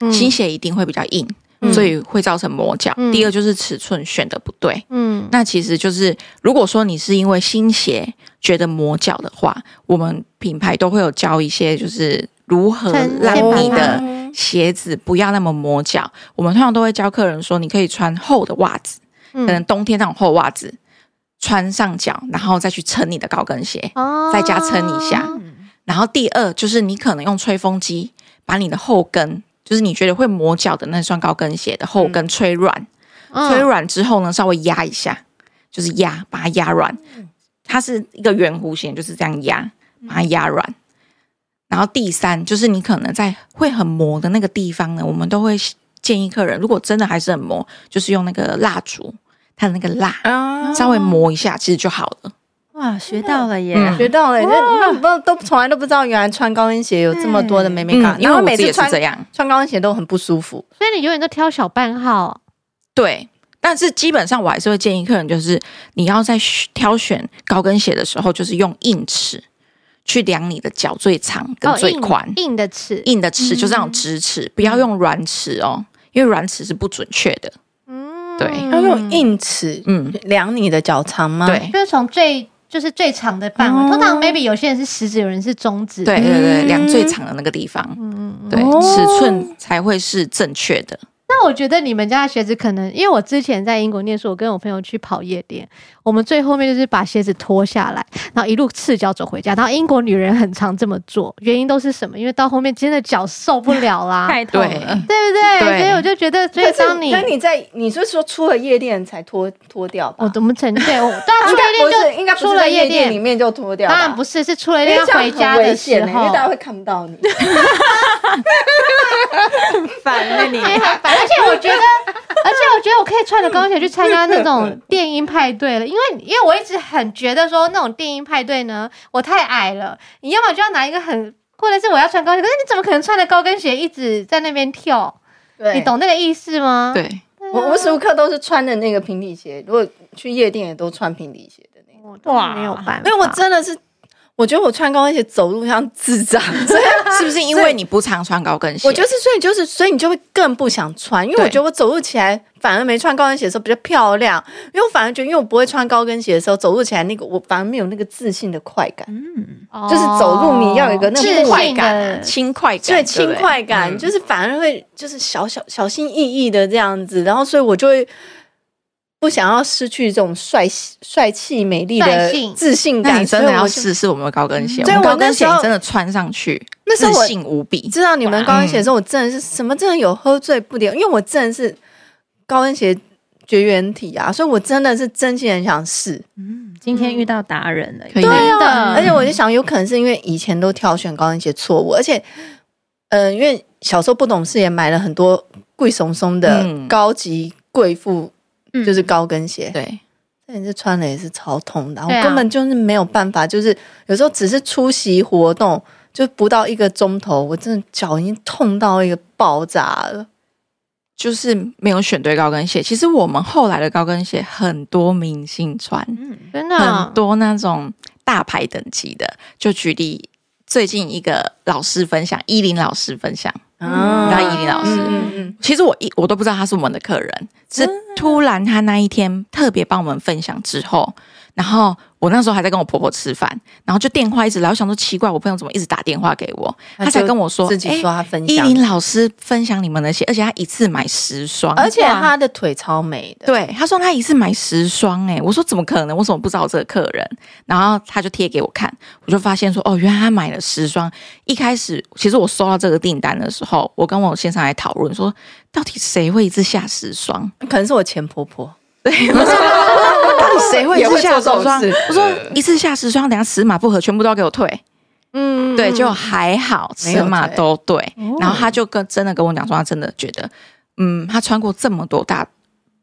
Speaker 3: 嗯
Speaker 5: 新鞋一定会比较硬，
Speaker 3: 嗯
Speaker 5: 所以会造成磨脚。
Speaker 3: 嗯
Speaker 5: 第二就是尺寸选的不对，
Speaker 3: 嗯，
Speaker 5: 那其实就是，如果说你是因为新鞋觉得磨脚的话，我们品牌都会有教一些，就是如何
Speaker 3: 穿
Speaker 5: 让
Speaker 3: 先把
Speaker 5: 你
Speaker 3: 它
Speaker 5: 的鞋子不要那么磨脚。我们通常都会教客人说，你可以穿厚的袜子，
Speaker 3: 嗯
Speaker 5: 可能冬天那种厚袜子穿上脚，然后再去撑你的高跟鞋。
Speaker 3: 哦
Speaker 5: 在家撑一下。然后第二就是你可能用吹风机把你的后跟，就是你觉得会磨脚的那双高跟鞋的后跟吹软。吹
Speaker 3: 嗯
Speaker 5: 软之后呢，稍微压一下，就是压，把它压软。它是一个圆弧形，就是这样压，
Speaker 2: 嗯
Speaker 5: 把它压软。然后第三就是你可能在会很磨的那个地方呢，我们都会建议客人，如果真的还是很磨，就是用那个蜡烛，它的那个蜡
Speaker 2: 啊嗯
Speaker 5: 稍微磨一下，其实就好了。
Speaker 4: 哇，学到了耶！
Speaker 5: 嗯
Speaker 2: 学到了，那那我不都从来都不知道，原来穿高跟鞋有这么多
Speaker 3: 嗯
Speaker 2: 的美美感。
Speaker 5: 因
Speaker 2: 然
Speaker 5: 为
Speaker 2: 后
Speaker 5: 我
Speaker 2: 每
Speaker 5: 自己
Speaker 2: 次
Speaker 5: 也是
Speaker 2: 穿
Speaker 5: 这样，
Speaker 2: 穿高跟鞋都很不舒服。
Speaker 3: 所以你永远都挑小半号，
Speaker 5: 对。但是基本上我还是会建议客人，就是你要在选挑选高跟鞋的时候，就是用硬尺去量你的脚最长跟
Speaker 3: 哦
Speaker 5: 最
Speaker 3: 硬
Speaker 5: 宽、
Speaker 3: 硬的尺，
Speaker 5: 硬的
Speaker 2: 嗯
Speaker 5: 尺就是那种直尺，不要用软尺哦，因为软尺是不准确的。
Speaker 3: 嗯
Speaker 5: 对
Speaker 2: 要用硬尺
Speaker 5: 嗯，
Speaker 2: 量你的脚长吗？
Speaker 5: 对
Speaker 3: 就是从最就是最长的范围，
Speaker 2: 哦
Speaker 3: 通常 maybe 有些人是食指，有人是中指，
Speaker 5: 对对对，
Speaker 2: 嗯
Speaker 5: 量最长的那个地方，
Speaker 3: 嗯。嗯嗯
Speaker 5: 对
Speaker 2: 哦
Speaker 5: 尺寸才会是正确的。
Speaker 3: 那我觉得你们家的鞋子可能，因为我之前在英国念书，我跟我朋友去跑夜店，我们最后面就是把鞋子脱下来，然后一路赤脚走回家。然后英国女人很常这么做，原因都是什么？因为到后面真的脚受不 了啦，
Speaker 4: 太痛了，
Speaker 3: 对不对？
Speaker 5: 对
Speaker 3: 所以我就觉得，所
Speaker 2: 可
Speaker 3: 以
Speaker 2: 是，
Speaker 3: 当你
Speaker 2: 可是你在你是说出了夜店才脱脱掉吧？
Speaker 3: 我我们曾对，我当 然
Speaker 2: 应
Speaker 3: 出
Speaker 2: 该不
Speaker 3: 了夜
Speaker 2: 是，
Speaker 3: 店
Speaker 2: 应该
Speaker 3: 就
Speaker 2: 不
Speaker 3: 出
Speaker 2: 是
Speaker 3: 了
Speaker 2: 在
Speaker 3: 夜
Speaker 2: 夜
Speaker 3: 店
Speaker 2: 里面就脱掉吧，
Speaker 3: 当然不是，是出了
Speaker 2: 因
Speaker 3: 夜
Speaker 2: 为
Speaker 3: 店
Speaker 2: 这
Speaker 3: 要
Speaker 2: 样
Speaker 3: 回家
Speaker 2: 很
Speaker 3: 的
Speaker 2: 危
Speaker 3: 时
Speaker 2: 险欸因
Speaker 3: 候
Speaker 2: 为，大家会看不 到你。
Speaker 4: 烦了你。
Speaker 3: 非常烦。而且我觉得，而且我觉得我可以穿着高跟鞋去参加那种电音派对了，因为因为我一直很觉得说那种电音派对呢，我太矮了，你要么就要拿一个很。或者是我要穿高跟鞋，可是你怎么可能穿着高跟鞋一直在那边跳？
Speaker 2: 对
Speaker 3: 你懂那个意思
Speaker 2: 啊
Speaker 3: 吗？，
Speaker 5: 对，
Speaker 2: 我无时无刻都是穿的那个平底鞋，如果去夜店也都穿平底鞋的那种。
Speaker 3: 哇，没有办法，
Speaker 2: 因为我真的是，我觉得我穿高跟鞋走路像智 障，所以
Speaker 5: 是不是因为你不常穿高跟鞋？
Speaker 2: 我就是，所以就是，所以你就会更不想穿，因为
Speaker 5: 对
Speaker 2: 我觉得我走路起来反而没穿高跟鞋的时候比较漂亮，因为我反而觉得，因为我不会穿高跟鞋的时候，走路起来那个我反而没有那个自信的快感，
Speaker 3: 哦
Speaker 2: 就是走路你要有一个那
Speaker 3: 自
Speaker 2: 个
Speaker 3: 信
Speaker 2: 快感啊
Speaker 3: 的
Speaker 5: 轻快感，
Speaker 2: 所以
Speaker 5: 对不
Speaker 2: 轻
Speaker 5: 对
Speaker 2: 快感、
Speaker 5: 嗯
Speaker 2: 就是反而会就是小小小心翼翼的这样子，然后所以我就会。不想要失去这种帅气、帅气、美丽
Speaker 3: 率
Speaker 2: 的
Speaker 3: 性
Speaker 2: 自信感，
Speaker 5: 那你真
Speaker 2: 所
Speaker 5: 的
Speaker 2: 以我
Speaker 5: 要
Speaker 2: 就嗯
Speaker 5: 试试我们的高跟鞋，
Speaker 2: 对
Speaker 5: 们
Speaker 2: 我
Speaker 5: 高跟鞋
Speaker 2: 那时候
Speaker 5: 你真的穿上去，
Speaker 2: 那时候我
Speaker 5: 自信无比。
Speaker 2: 知道你们高跟
Speaker 5: 嗯
Speaker 2: 鞋的时候，我真的是什么真的有喝醉不了，因为我真的是高跟鞋绝缘体啊，所以我真的是真心很想试。
Speaker 4: 今天遇到达人了，
Speaker 5: 可以
Speaker 3: 对
Speaker 2: 对
Speaker 3: 啊
Speaker 2: 啊，而且我就想，有可能是因为以前都挑选高跟鞋错误，而且，嗯、因为小时候不懂事，也买了很多贵松松的
Speaker 5: 嗯
Speaker 2: 高级贵妇，
Speaker 4: 嗯
Speaker 2: 就是高跟鞋。
Speaker 5: 对，
Speaker 2: 但是穿了也是超痛的啊，
Speaker 3: 对啊
Speaker 2: 我根本就是没有办法，就是有时候只是出席活动，就不到一个钟头，我真的脚已经痛到一个爆炸了。
Speaker 5: 就是没有选对高跟鞋。其实我们后来的高跟鞋很多明星穿，
Speaker 2: 嗯
Speaker 3: 真的
Speaker 2: 啊
Speaker 5: 很多那种大牌等级的。就举例，最近一个老师分享，依林老师分享，
Speaker 2: 啊
Speaker 5: 那依林老师，
Speaker 2: 嗯嗯
Speaker 5: 其实我一我都不知道他是我们的客人，是突然他那一天特别帮我们分享之后，然后我那时候还在跟我婆婆吃饭，然后就电话一直来，我想说奇怪，我朋友怎么一直打电话给我？
Speaker 2: 他
Speaker 5: 他才
Speaker 2: 就
Speaker 5: 跟我说，
Speaker 2: 自己
Speaker 5: 哎
Speaker 2: 说他分
Speaker 5: 依
Speaker 2: 享
Speaker 5: 林老师分享你们的鞋，而且他一次买十双，
Speaker 2: 而且他的腿超美的，
Speaker 5: 对，他说他一次买十双，哎，我说怎么可能？我怎么不知道这个客人？然后他就贴给我看，我就发现说，哦，原来他买了十双。一开始，其实我收到这个订单的时候，我跟我先生来讨论说，到底谁会一次下十双？
Speaker 2: 可能是我前婆婆，
Speaker 5: 到底谁会一
Speaker 2: 也会
Speaker 5: 次下
Speaker 2: 做
Speaker 5: 十
Speaker 2: 这种
Speaker 5: 双
Speaker 2: 事？
Speaker 5: 我说一次下十双，等下尺码不合，全部都要给我退。
Speaker 3: 嗯
Speaker 5: 对，就还好，
Speaker 2: 没有
Speaker 5: 尺码
Speaker 2: 退哦
Speaker 5: 都对。然后他就跟真的跟我讲说，他真的觉得，嗯，他穿过这么多大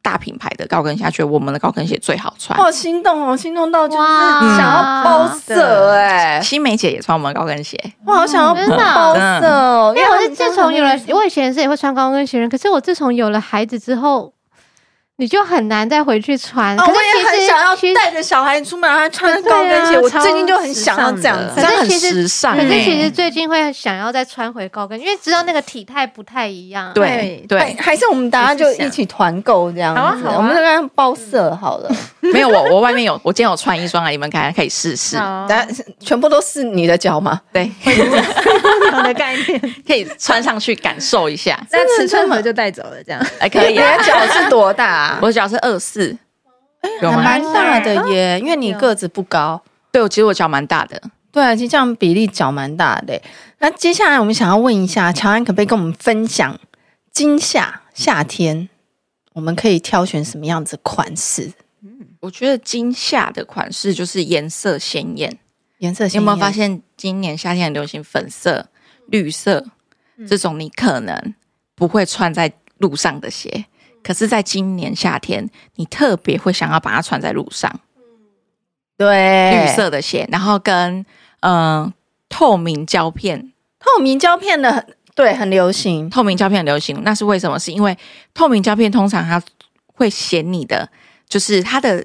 Speaker 5: 大品牌的高跟鞋，他觉得我们的高跟鞋最好穿。
Speaker 2: 好心动哦，心动到就是
Speaker 3: 哇
Speaker 2: 想要包色哎、
Speaker 5: 新梅姐也穿我们的高跟鞋，
Speaker 2: 我好想要
Speaker 3: 真的
Speaker 2: 包色哦，
Speaker 3: 因为我是自从有了，
Speaker 2: 嗯因为
Speaker 3: 我以前是也会穿高跟鞋的人，可是我自从有了孩子之后，你就很难再回去穿。
Speaker 2: 啊，
Speaker 3: 可是
Speaker 2: 我也
Speaker 3: 其
Speaker 2: 很
Speaker 3: 实
Speaker 2: 想要
Speaker 3: 其实
Speaker 2: 带着小孩出门，让他穿高跟鞋。
Speaker 4: 对啊
Speaker 2: 我最近就很想要这样
Speaker 4: 超时尚的
Speaker 2: 子
Speaker 5: 这
Speaker 3: 可
Speaker 5: 样
Speaker 3: 是
Speaker 5: 很
Speaker 3: 其实
Speaker 5: 时尚
Speaker 3: 可
Speaker 5: 欸。
Speaker 3: 是
Speaker 2: 嗯
Speaker 3: 其实最近会想要再穿回高跟，因为知道那个体态不太一样。
Speaker 5: 对
Speaker 2: 还
Speaker 5: 对，
Speaker 2: 还是我们大家就一起团购这样子，
Speaker 3: 好啊好啊
Speaker 2: 我们就让他包色好了，
Speaker 5: 没有我我外面有，我今天有穿一双啊，你们看可以试试。
Speaker 3: 好
Speaker 2: 大家全部都是你的脚 吗？
Speaker 5: 对，
Speaker 4: 样的概念，
Speaker 5: 可以穿上去感受 一下，
Speaker 4: 那尺寸盒就带走了，这样。
Speaker 5: 哎，可以
Speaker 2: 你
Speaker 5: 啊。
Speaker 2: 的脚是多大、 啊？
Speaker 5: 我的脚是二四，有
Speaker 2: 还
Speaker 5: 吗？
Speaker 2: 蛮大的嗯耶，因为你个子不高。
Speaker 5: 对，我其实我脚蛮大的。
Speaker 2: 对，啊其实这样比例脚蛮大的耶。那接下来我们想要问一下，乔安可不可以跟我们分享今夏夏天我们可以挑选什么样子的款式？
Speaker 5: 我觉得今夏的款式就是颜色鲜艳，
Speaker 2: 颜色
Speaker 5: 你有没有发？现今年夏天很流行粉色、绿色
Speaker 2: 嗯
Speaker 5: 这种你可能不会穿在路上的鞋，可是在今年夏天你特别会想要把它穿在路上，
Speaker 2: 对，
Speaker 3: 哎
Speaker 5: 绿色的鞋，然后跟嗯、呃透明胶片，
Speaker 2: 透明胶片的很对，很流行。
Speaker 5: 透明胶片很流行，那是为什么？是因为透明胶片通常它会显你的，就是它的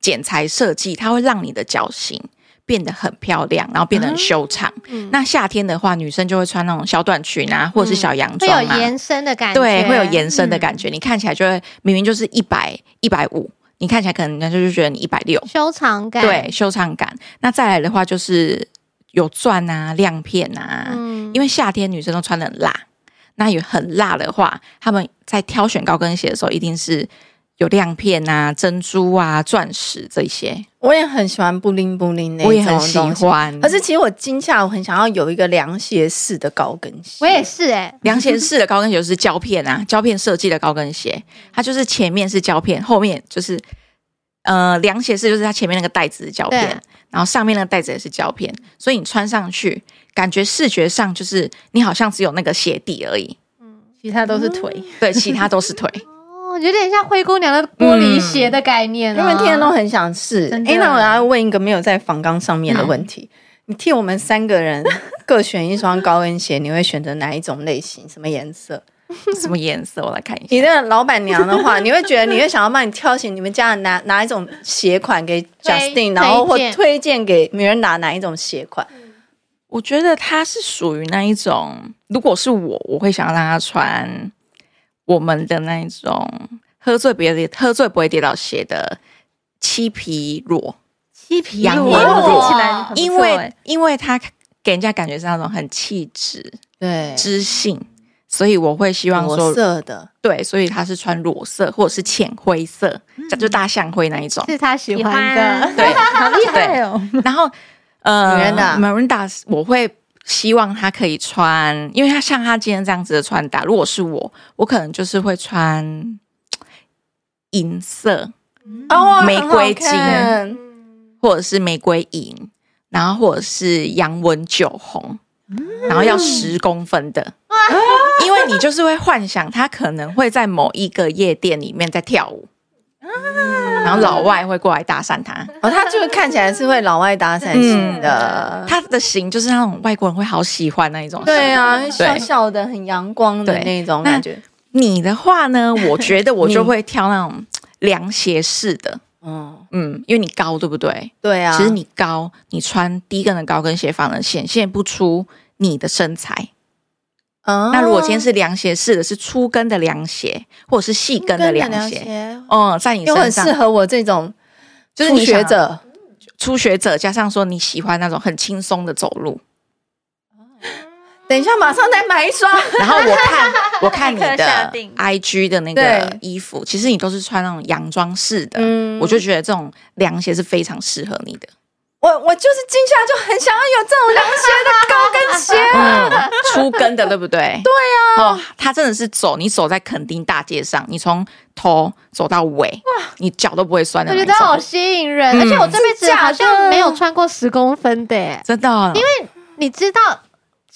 Speaker 5: 剪裁设计，它会让你的脚型变得很漂亮，然后变得很修长。
Speaker 3: 嗯
Speaker 5: 那夏天的话，女生就会穿那种小短裙啊，或者是小洋
Speaker 3: 会
Speaker 5: 装
Speaker 3: 有
Speaker 5: 啊，
Speaker 3: 延伸的感觉，
Speaker 5: 对，会有延伸的感觉。你看起来就会明明就是一百一百五，你看起来可能人家就是觉得你一百六，
Speaker 3: 修长感。
Speaker 5: 对，，修长感。那再来的话就是有钻啊、亮片啊，
Speaker 3: 嗯
Speaker 5: 因为夏天女生都穿的很辣，那有很辣的话，她们在挑选高跟鞋的时候，一定是有亮片啊、珍珠啊、钻石这些，
Speaker 2: 我也很喜欢布灵布灵那种
Speaker 5: 我也很喜
Speaker 2: 东西。
Speaker 5: 欢。
Speaker 2: 可是其实我今夏我很想要有一个凉鞋式的高跟鞋。
Speaker 3: 我也是哎，
Speaker 5: 凉鞋式的高跟鞋就是胶片啊， 胶片设计的高跟鞋，它就是前面是胶片，后面就是呃凉鞋式，就是它前面那个带子是胶
Speaker 3: 对
Speaker 5: 片，然后上面那个带子也是胶片，所以你穿上去，感觉视觉上就是你好像只有那个鞋底而已，
Speaker 4: 其他都是腿，
Speaker 5: 对，其他都是腿。
Speaker 3: 哦，有点像灰姑娘的玻璃鞋的概念
Speaker 2: 因
Speaker 3: 啊，
Speaker 2: 为天天都很想试。
Speaker 4: 真的
Speaker 2: 哎，那我要问一个没有在仿纲上面的问题：你替我们三个人各选一双高跟鞋，你会选择哪一种类型、什么颜色？
Speaker 5: 什么颜色？我来看一下。
Speaker 2: 你的老板娘的话，你会觉得你会想要帮你挑选你们家的哪哪一种鞋款给
Speaker 3: 推
Speaker 2: Justin，然后或
Speaker 3: 推荐
Speaker 2: 推荐给米人达哪一种鞋款？
Speaker 5: 我觉得它是属于那一种，如果是我，我会想要让他穿我们的那一种喝醉别跌喝醉不会跌倒鞋的漆皮裸，
Speaker 4: 漆 皮
Speaker 5: 羊
Speaker 4: 我
Speaker 5: 毛
Speaker 4: 听起来很不错
Speaker 5: 因为
Speaker 4: 哎
Speaker 5: 因为它给人家感觉是那种很气质、
Speaker 2: 对，
Speaker 5: 知性，所以我会希望
Speaker 2: 裸
Speaker 5: 说，
Speaker 2: 色的。
Speaker 5: 对，所以它是穿裸色或者是浅灰色，
Speaker 4: 嗯
Speaker 5: 就大象灰那一种。
Speaker 3: 是他喜欢
Speaker 4: 喜
Speaker 3: 的
Speaker 4: 欢，
Speaker 5: 对，
Speaker 4: 好厉害哦！啊
Speaker 5: 然后呃
Speaker 2: Miranda
Speaker 5: Miranda 我会希望她可以穿，因为她像她今天这样子的穿搭，如果是我，我可能就是会穿银色
Speaker 2: 哦
Speaker 5: 玫瑰金
Speaker 2: 很好看
Speaker 5: 或者是玫瑰银，然后或者是洋文酒红，
Speaker 2: 嗯
Speaker 5: 然后要十公分的。因为你就是会幻想她可能会在某一个夜店里面在跳舞，
Speaker 2: 啊
Speaker 5: 然后老外会过来搭讪她。
Speaker 2: 哦，他就是看起来是会老外搭讪型的，
Speaker 5: 她的型就是那种外国人会好喜欢那一种
Speaker 2: 嗯
Speaker 5: 型。
Speaker 2: 对啊，笑笑的，很阳光的
Speaker 5: 嗯对
Speaker 2: 那种感觉。
Speaker 5: 你的话呢， 我觉得我就会挑那种凉鞋式的，
Speaker 2: 嗯，
Speaker 5: 嗯，因为你高，对不对？
Speaker 2: 对啊，
Speaker 5: 其实你高，你穿低跟的高跟鞋反而显现不出你的身材。
Speaker 2: 嗯，
Speaker 5: 那如果今天是凉鞋式的，是粗跟的凉鞋，或者是细跟的凉
Speaker 2: 凉
Speaker 5: 鞋，
Speaker 2: 鞋，
Speaker 5: 嗯，在你
Speaker 2: 又很
Speaker 5: 身
Speaker 2: 适
Speaker 5: 上，
Speaker 2: 合我这种
Speaker 5: 就是
Speaker 2: 初
Speaker 5: 你想
Speaker 2: 学者。
Speaker 5: 初学者加上说你喜欢那种很轻松的走路，
Speaker 2: 等一下，马上再买一 双。
Speaker 5: 然后我看我看你
Speaker 4: 立刻下
Speaker 5: 的
Speaker 4: 定
Speaker 5: IG 的那个
Speaker 2: 对
Speaker 5: 衣服，其实你都是穿那种洋装式的，
Speaker 2: 嗯
Speaker 5: 我就觉得这种凉鞋是非常适合你的。
Speaker 2: 我我就是今夏就很想要有这种凉鞋的高跟鞋。
Speaker 5: 嗯，粗跟的，对不对？对啊。哦，他真的是走，你走在垦丁大街上，你从头走到尾，你脚都不会酸的
Speaker 3: 我
Speaker 5: 那
Speaker 3: 觉
Speaker 5: 一
Speaker 3: 得
Speaker 5: 种。
Speaker 3: 好吸引人，而且我这辈子好像没有穿过十公分的耶，欸
Speaker 5: 真的哦，因为
Speaker 3: 你知道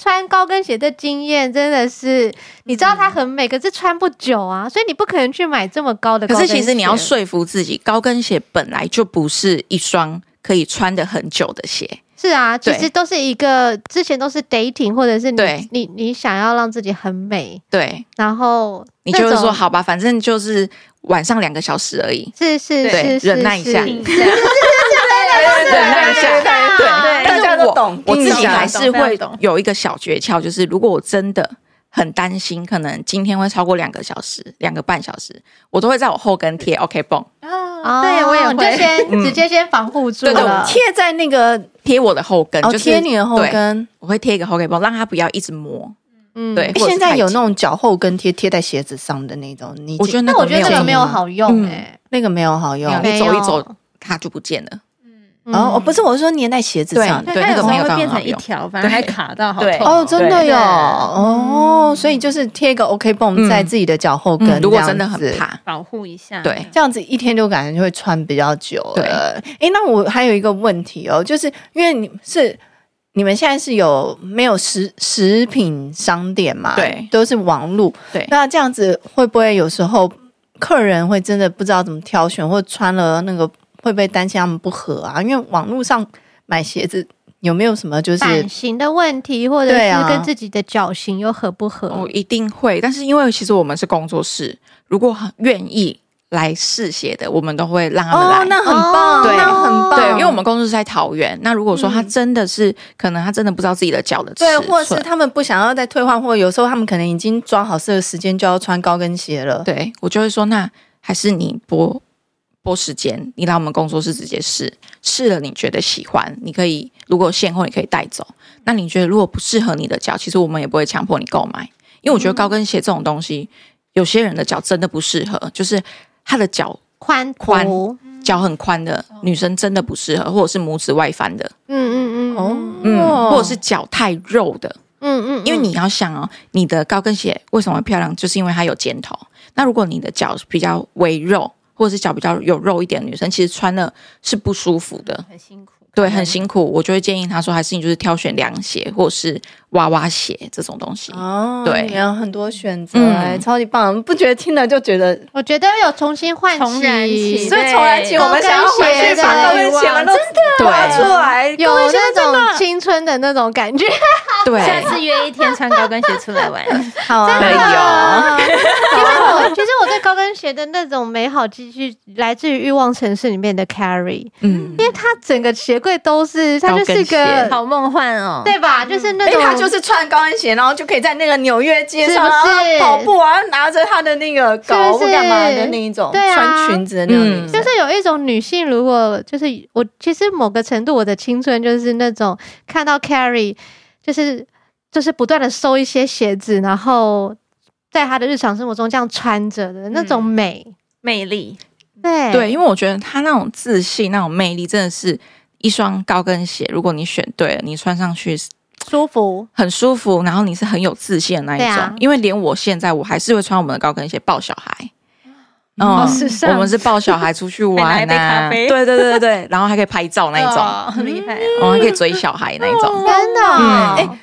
Speaker 3: 穿高跟鞋的经验真的是，你知道它很美，可是穿不久啊，所以你不可能去买这么高的高
Speaker 5: 可
Speaker 3: 跟
Speaker 5: 是
Speaker 3: 鞋。
Speaker 5: 其实你要说服自己，高跟鞋本来就不是一双可以穿的很久的鞋。
Speaker 3: 是啊，其
Speaker 5: 对
Speaker 3: 实都是一个之前都是 dating，或者是你
Speaker 5: 对
Speaker 3: 你你想要让自己很美，
Speaker 5: 对，
Speaker 3: 然后
Speaker 5: 你就
Speaker 3: 那
Speaker 5: 会
Speaker 3: 种
Speaker 5: 说好吧，反正就是晚上两个小时而已，
Speaker 3: 是是
Speaker 5: 对
Speaker 3: 是是
Speaker 5: 忍耐一下
Speaker 3: 是
Speaker 5: 嗯
Speaker 2: 对
Speaker 5: 忍耐一下。对，嗯但
Speaker 2: 大
Speaker 5: 是
Speaker 2: 家都
Speaker 5: 我
Speaker 2: 懂，
Speaker 5: 我
Speaker 2: 听
Speaker 5: 自
Speaker 2: 起
Speaker 5: 己
Speaker 2: 来
Speaker 5: 还是
Speaker 4: 非常
Speaker 5: 会
Speaker 4: 懂
Speaker 5: 有一个小诀窍，就是如果我真的很担心，可能今天会超过两个小时、两个半小时，我都会在我后跟贴 OK 绷，
Speaker 3: 哦
Speaker 6: 啊对我也
Speaker 3: 你就
Speaker 6: 会
Speaker 3: 先
Speaker 5: 嗯
Speaker 3: 直接先防护住
Speaker 5: 对对
Speaker 3: 了，
Speaker 2: 贴在那个
Speaker 5: 贴我的后跟，
Speaker 2: 哦，
Speaker 5: 就是
Speaker 2: 贴你的后
Speaker 5: 对
Speaker 2: 跟。
Speaker 5: 我会贴一个后跟绷，让它不要一直磨。
Speaker 3: 嗯
Speaker 5: 对
Speaker 2: 诶
Speaker 5: 或者是
Speaker 2: 现在有
Speaker 5: 太紧
Speaker 2: 那种脚后跟贴贴在鞋子上的那种，你
Speaker 5: 我觉得那
Speaker 3: 那
Speaker 5: 个
Speaker 3: 我觉得这个没有
Speaker 5: 用
Speaker 3: 好用
Speaker 5: 嗯
Speaker 3: 哎，
Speaker 2: 那个没有好用。
Speaker 5: 没有
Speaker 3: 没
Speaker 5: 你
Speaker 3: 有
Speaker 5: 走一走它就不见了。
Speaker 3: 嗯
Speaker 2: 哦，哦，不是，我是说粘在鞋子上的。
Speaker 5: 对
Speaker 4: 它
Speaker 5: 那
Speaker 4: 有
Speaker 5: 个
Speaker 4: 时
Speaker 5: 没有
Speaker 4: 候
Speaker 5: 到
Speaker 4: 会变
Speaker 5: 很好
Speaker 4: 成一
Speaker 5: 用
Speaker 4: 条，反而还卡到好
Speaker 5: 对
Speaker 4: 痛
Speaker 2: 哦，真的
Speaker 3: 对
Speaker 2: 有哦，所以就是贴一个 OK 绷
Speaker 5: 嗯
Speaker 2: 在自己的脚后跟
Speaker 5: 嗯，，如果真的
Speaker 2: 这样
Speaker 5: 很
Speaker 2: 子嗯
Speaker 5: 怕，
Speaker 4: 保护一下。
Speaker 5: 对
Speaker 2: 这样子一天就感觉就会穿比较久了。诶，那我还有一个问题哦，就是因为你是你们现在是有没有食食品商店嘛？
Speaker 5: 对
Speaker 2: 都是网路。
Speaker 5: 对
Speaker 2: 那这样子会不会有时候客人会真的不知道怎么挑选，或穿了那个会不会担心他们不合啊？因为网络上买鞋子有没有什么就是
Speaker 3: 版型的问题，或者
Speaker 2: 对啊
Speaker 3: 是跟自己的脚型又合不合？
Speaker 5: 哦，一定会。但是因为其实我们是工作室，如果很愿意来试鞋的，我们都会让他们来。
Speaker 2: 哦，那很棒，
Speaker 5: 对
Speaker 2: 那很棒，
Speaker 5: 对，因为我们公司是在桃园。那如果说他真的是，可能他真的不知道自己的脚的尺
Speaker 2: 嗯对，
Speaker 5: 寸，
Speaker 2: 或者是他们不想要再退换货，有时候他们可能已经抓好这个时间就要穿高跟鞋了。
Speaker 5: 对我就会说，那还是你拨拨时间，你来我们工作室直接试，试了你觉得喜欢，你可以如果现货你可以带走。那你觉得如果不适合你的脚，其实我们也不会强迫你购买，因为我觉得高跟鞋这种东西，有些人的脚真的不适合，就是他的脚
Speaker 3: 宽
Speaker 5: 宽
Speaker 3: 图，嗯
Speaker 5: 脚很宽的女生真的不适合，或者是拇指外翻的，
Speaker 3: 嗯嗯嗯，
Speaker 2: 哦
Speaker 3: 嗯，
Speaker 5: 嗯，或者是脚太肉的，
Speaker 3: 嗯嗯，
Speaker 5: 因为你要想哦，你的高跟鞋为什么会漂亮，就是因为它有尖头。那如果你的脚比较微肉，或者是脚比较有肉一点，的女生其实穿了是不舒服的，
Speaker 4: 很辛苦。
Speaker 5: 对，很辛苦。我就会建议她说，还是你就是挑选凉鞋或者是娃娃鞋这种东西。
Speaker 2: 哦，
Speaker 5: 对
Speaker 2: 你有很多选择、
Speaker 5: 嗯
Speaker 2: 哎、超级棒！不觉得听了就觉得，
Speaker 3: 我觉得有重新唤
Speaker 4: 重燃
Speaker 3: 起
Speaker 4: 起，
Speaker 2: 所以从来起
Speaker 3: 高
Speaker 2: 我
Speaker 3: 跟
Speaker 2: 们想要回
Speaker 3: 鞋
Speaker 2: 去把
Speaker 3: 的
Speaker 2: 高跟鞋们都
Speaker 5: 对
Speaker 2: 拿出来，
Speaker 3: 有那种青春的那种感觉，
Speaker 4: 下
Speaker 5: 对，
Speaker 4: 次约一天穿高跟鞋出来玩，
Speaker 2: 好啊，
Speaker 5: 可以哦。
Speaker 3: 因为我其实我对高跟鞋的那种美好记忆来自于《欲望城市》里面的 Carrie，
Speaker 5: 嗯，
Speaker 3: 因为它整个鞋柜都是，它就是
Speaker 5: 高
Speaker 3: 个
Speaker 4: 好梦幻哦。
Speaker 3: 对吧？就是那
Speaker 2: 哎、
Speaker 3: 种
Speaker 2: 他就是穿高跟鞋，然后就可以在那个纽约街上
Speaker 3: 是不是
Speaker 2: 然后跑步啊，拿着他的那个
Speaker 3: 是
Speaker 2: 狗
Speaker 3: 不是
Speaker 2: 或干嘛的那一种，
Speaker 3: 对啊
Speaker 2: 穿裙子的那种女
Speaker 5: 嗯
Speaker 2: 生
Speaker 3: 就是有一种女性，如果就是我，其实某个程度我的青春就是那种看到 Carrie，就是就是不断的收一些鞋子，然后在她的日常生活中这样穿着的那种美，
Speaker 4: 魅力，
Speaker 3: 对
Speaker 5: 对，因为我觉得她那种自信、那种魅力，真的是一双高跟鞋。如果你选对了，你穿上去
Speaker 3: 舒服，
Speaker 5: 很舒服，然后你是很有自信的那一种。
Speaker 3: 对啊
Speaker 5: 因为连我现在，我还是会穿我们的高跟鞋抱小孩。
Speaker 3: 嗯
Speaker 5: 嗯
Speaker 4: 好时尚
Speaker 5: 我们是抱小孩出去
Speaker 4: 还拿一
Speaker 5: 玩
Speaker 4: 杯咖
Speaker 5: 啊，
Speaker 4: 啡
Speaker 5: 对对对对对，然后还可以拍照那一种，
Speaker 3: 嗯
Speaker 4: 很厉害。啊
Speaker 5: 我们还可以追小孩那一种。
Speaker 3: 真的哦、
Speaker 2: 嗯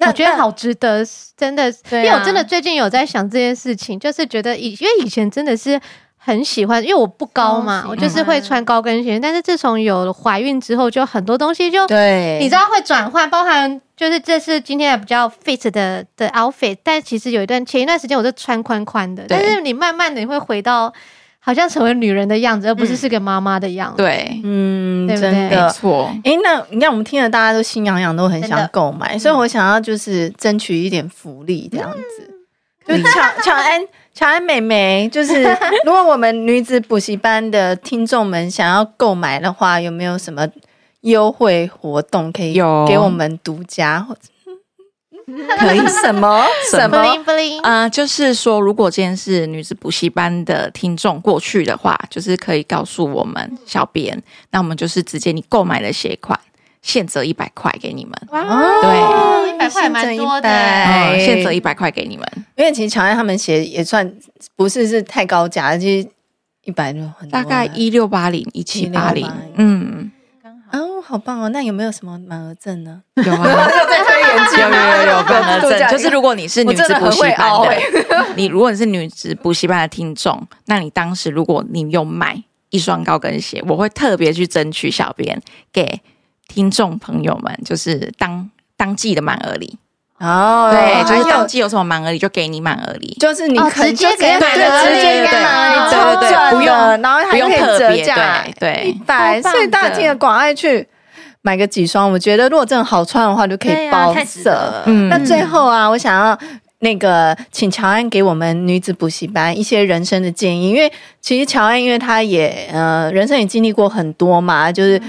Speaker 2: 那
Speaker 3: 我觉得好值得，真的，
Speaker 2: 对啊
Speaker 3: 因为我真的最近有在想这件事情，就是觉得以因为以前真的是很喜欢，因为我不高
Speaker 2: 嗯
Speaker 3: 嘛，
Speaker 4: 超喜欢
Speaker 3: 我就是会穿高跟鞋，但是自从有了怀孕之后，就很多东西就
Speaker 2: 对，
Speaker 3: 你知道会转换，包含就是这是今天的比较 fit 的的 outfit，但其实有一段前一段时间我是穿宽宽的，但
Speaker 5: 对
Speaker 3: 是你慢慢的你会回到好像成为女人的样子，而不是是个妈妈的样子。
Speaker 5: 对，
Speaker 2: 嗯，
Speaker 3: 对不对
Speaker 2: 真
Speaker 5: 没
Speaker 2: 的。
Speaker 5: 错，
Speaker 2: 哎，那你看我们听了，大家都心痒痒，都很
Speaker 3: 真
Speaker 2: 想
Speaker 3: 的嗯
Speaker 2: 购买，所以我想要就是争取一点福利这样子。
Speaker 3: 嗯
Speaker 2: 就 乔乔安乔安妹妹，就是如果我们女子补习班的听众们想要购买的话，有没有什么优惠活动可以
Speaker 5: 有
Speaker 2: 给我们独家或者可以什么什
Speaker 3: 不灵
Speaker 2: 么？
Speaker 3: 不灵，
Speaker 5: 呃，就是说，如果今天是女子补习班的听众过去的话，就是可以告诉我们小编，那我们就是直接你购买的鞋款，现折一百块给你们，
Speaker 2: 哦
Speaker 5: 对
Speaker 3: 一百块也蛮多
Speaker 2: 100
Speaker 3: 的
Speaker 5: 嗯，现折一百块给你们，
Speaker 2: 因为其实乔安他们鞋也算不是是太高价，其实一百就很多
Speaker 5: 大
Speaker 2: 了
Speaker 5: 概一六八零一七八零
Speaker 2: 1680，
Speaker 5: 嗯，
Speaker 2: 哦，好棒哦！那有没有什么满额赠呢？
Speaker 5: 有啊，
Speaker 2: 又在推演
Speaker 5: 有有有有本能症，就是如果你是女子补习班
Speaker 2: 我
Speaker 5: 的
Speaker 2: 真的，
Speaker 5: 你如果你是女子补习班的听众，那你当时如果你有买一双高跟鞋，我会特别去争取小编给听众朋友们，就是当当季的满额礼，
Speaker 2: 哦，
Speaker 5: 对，就
Speaker 2: 很
Speaker 5: 是
Speaker 2: 有
Speaker 5: 当季有什么满额礼就给你满额礼，
Speaker 2: 就是你
Speaker 3: 哦
Speaker 2: 可能
Speaker 3: 直接
Speaker 2: 就
Speaker 3: 给
Speaker 2: 对
Speaker 3: 满
Speaker 5: 额
Speaker 2: 直接
Speaker 5: 礼
Speaker 2: 给满额，
Speaker 5: 对对对
Speaker 2: 超
Speaker 5: 不用
Speaker 2: 准的然后还
Speaker 5: 不用
Speaker 2: 可以
Speaker 5: 特
Speaker 2: 折
Speaker 5: 别
Speaker 2: 价
Speaker 5: 对
Speaker 2: 一
Speaker 5: 对。
Speaker 2: 百，
Speaker 4: 超棒
Speaker 2: 所以大家记得广爱去买个几双，我觉得如果真的好穿的话，就可
Speaker 4: 对
Speaker 2: 以
Speaker 4: 啊
Speaker 2: 包
Speaker 4: 太值得
Speaker 2: 色
Speaker 4: 了。
Speaker 5: 嗯
Speaker 2: 那最后啊，我想要。那个，请乔安给我们女子补习班一些人生的建议，因为其实乔安，因为她也呃，人生也经历过很多嘛，就是
Speaker 3: 嗯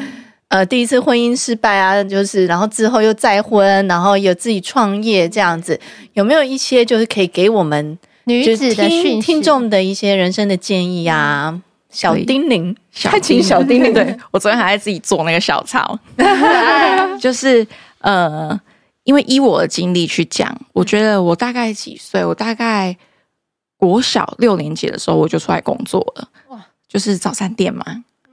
Speaker 2: 呃，第一次婚姻失败啊，就是然后之后又再婚，然后有自己创业这样子，有没有一些就是可以给我们
Speaker 3: 女
Speaker 2: 就是
Speaker 3: 子的
Speaker 2: 听
Speaker 3: 讯息嗯
Speaker 2: 听众的一些人生的建议啊，小叮咛，
Speaker 5: 小
Speaker 2: 开启小叮咛，
Speaker 5: 对我昨天还在自己做那个小 抄，就是呃，因为依我的经历去讲，我觉得我大概几岁，我大概国小六年级的时候我就出来工作了，哇
Speaker 3: 哇，
Speaker 5: 就是早餐店嘛，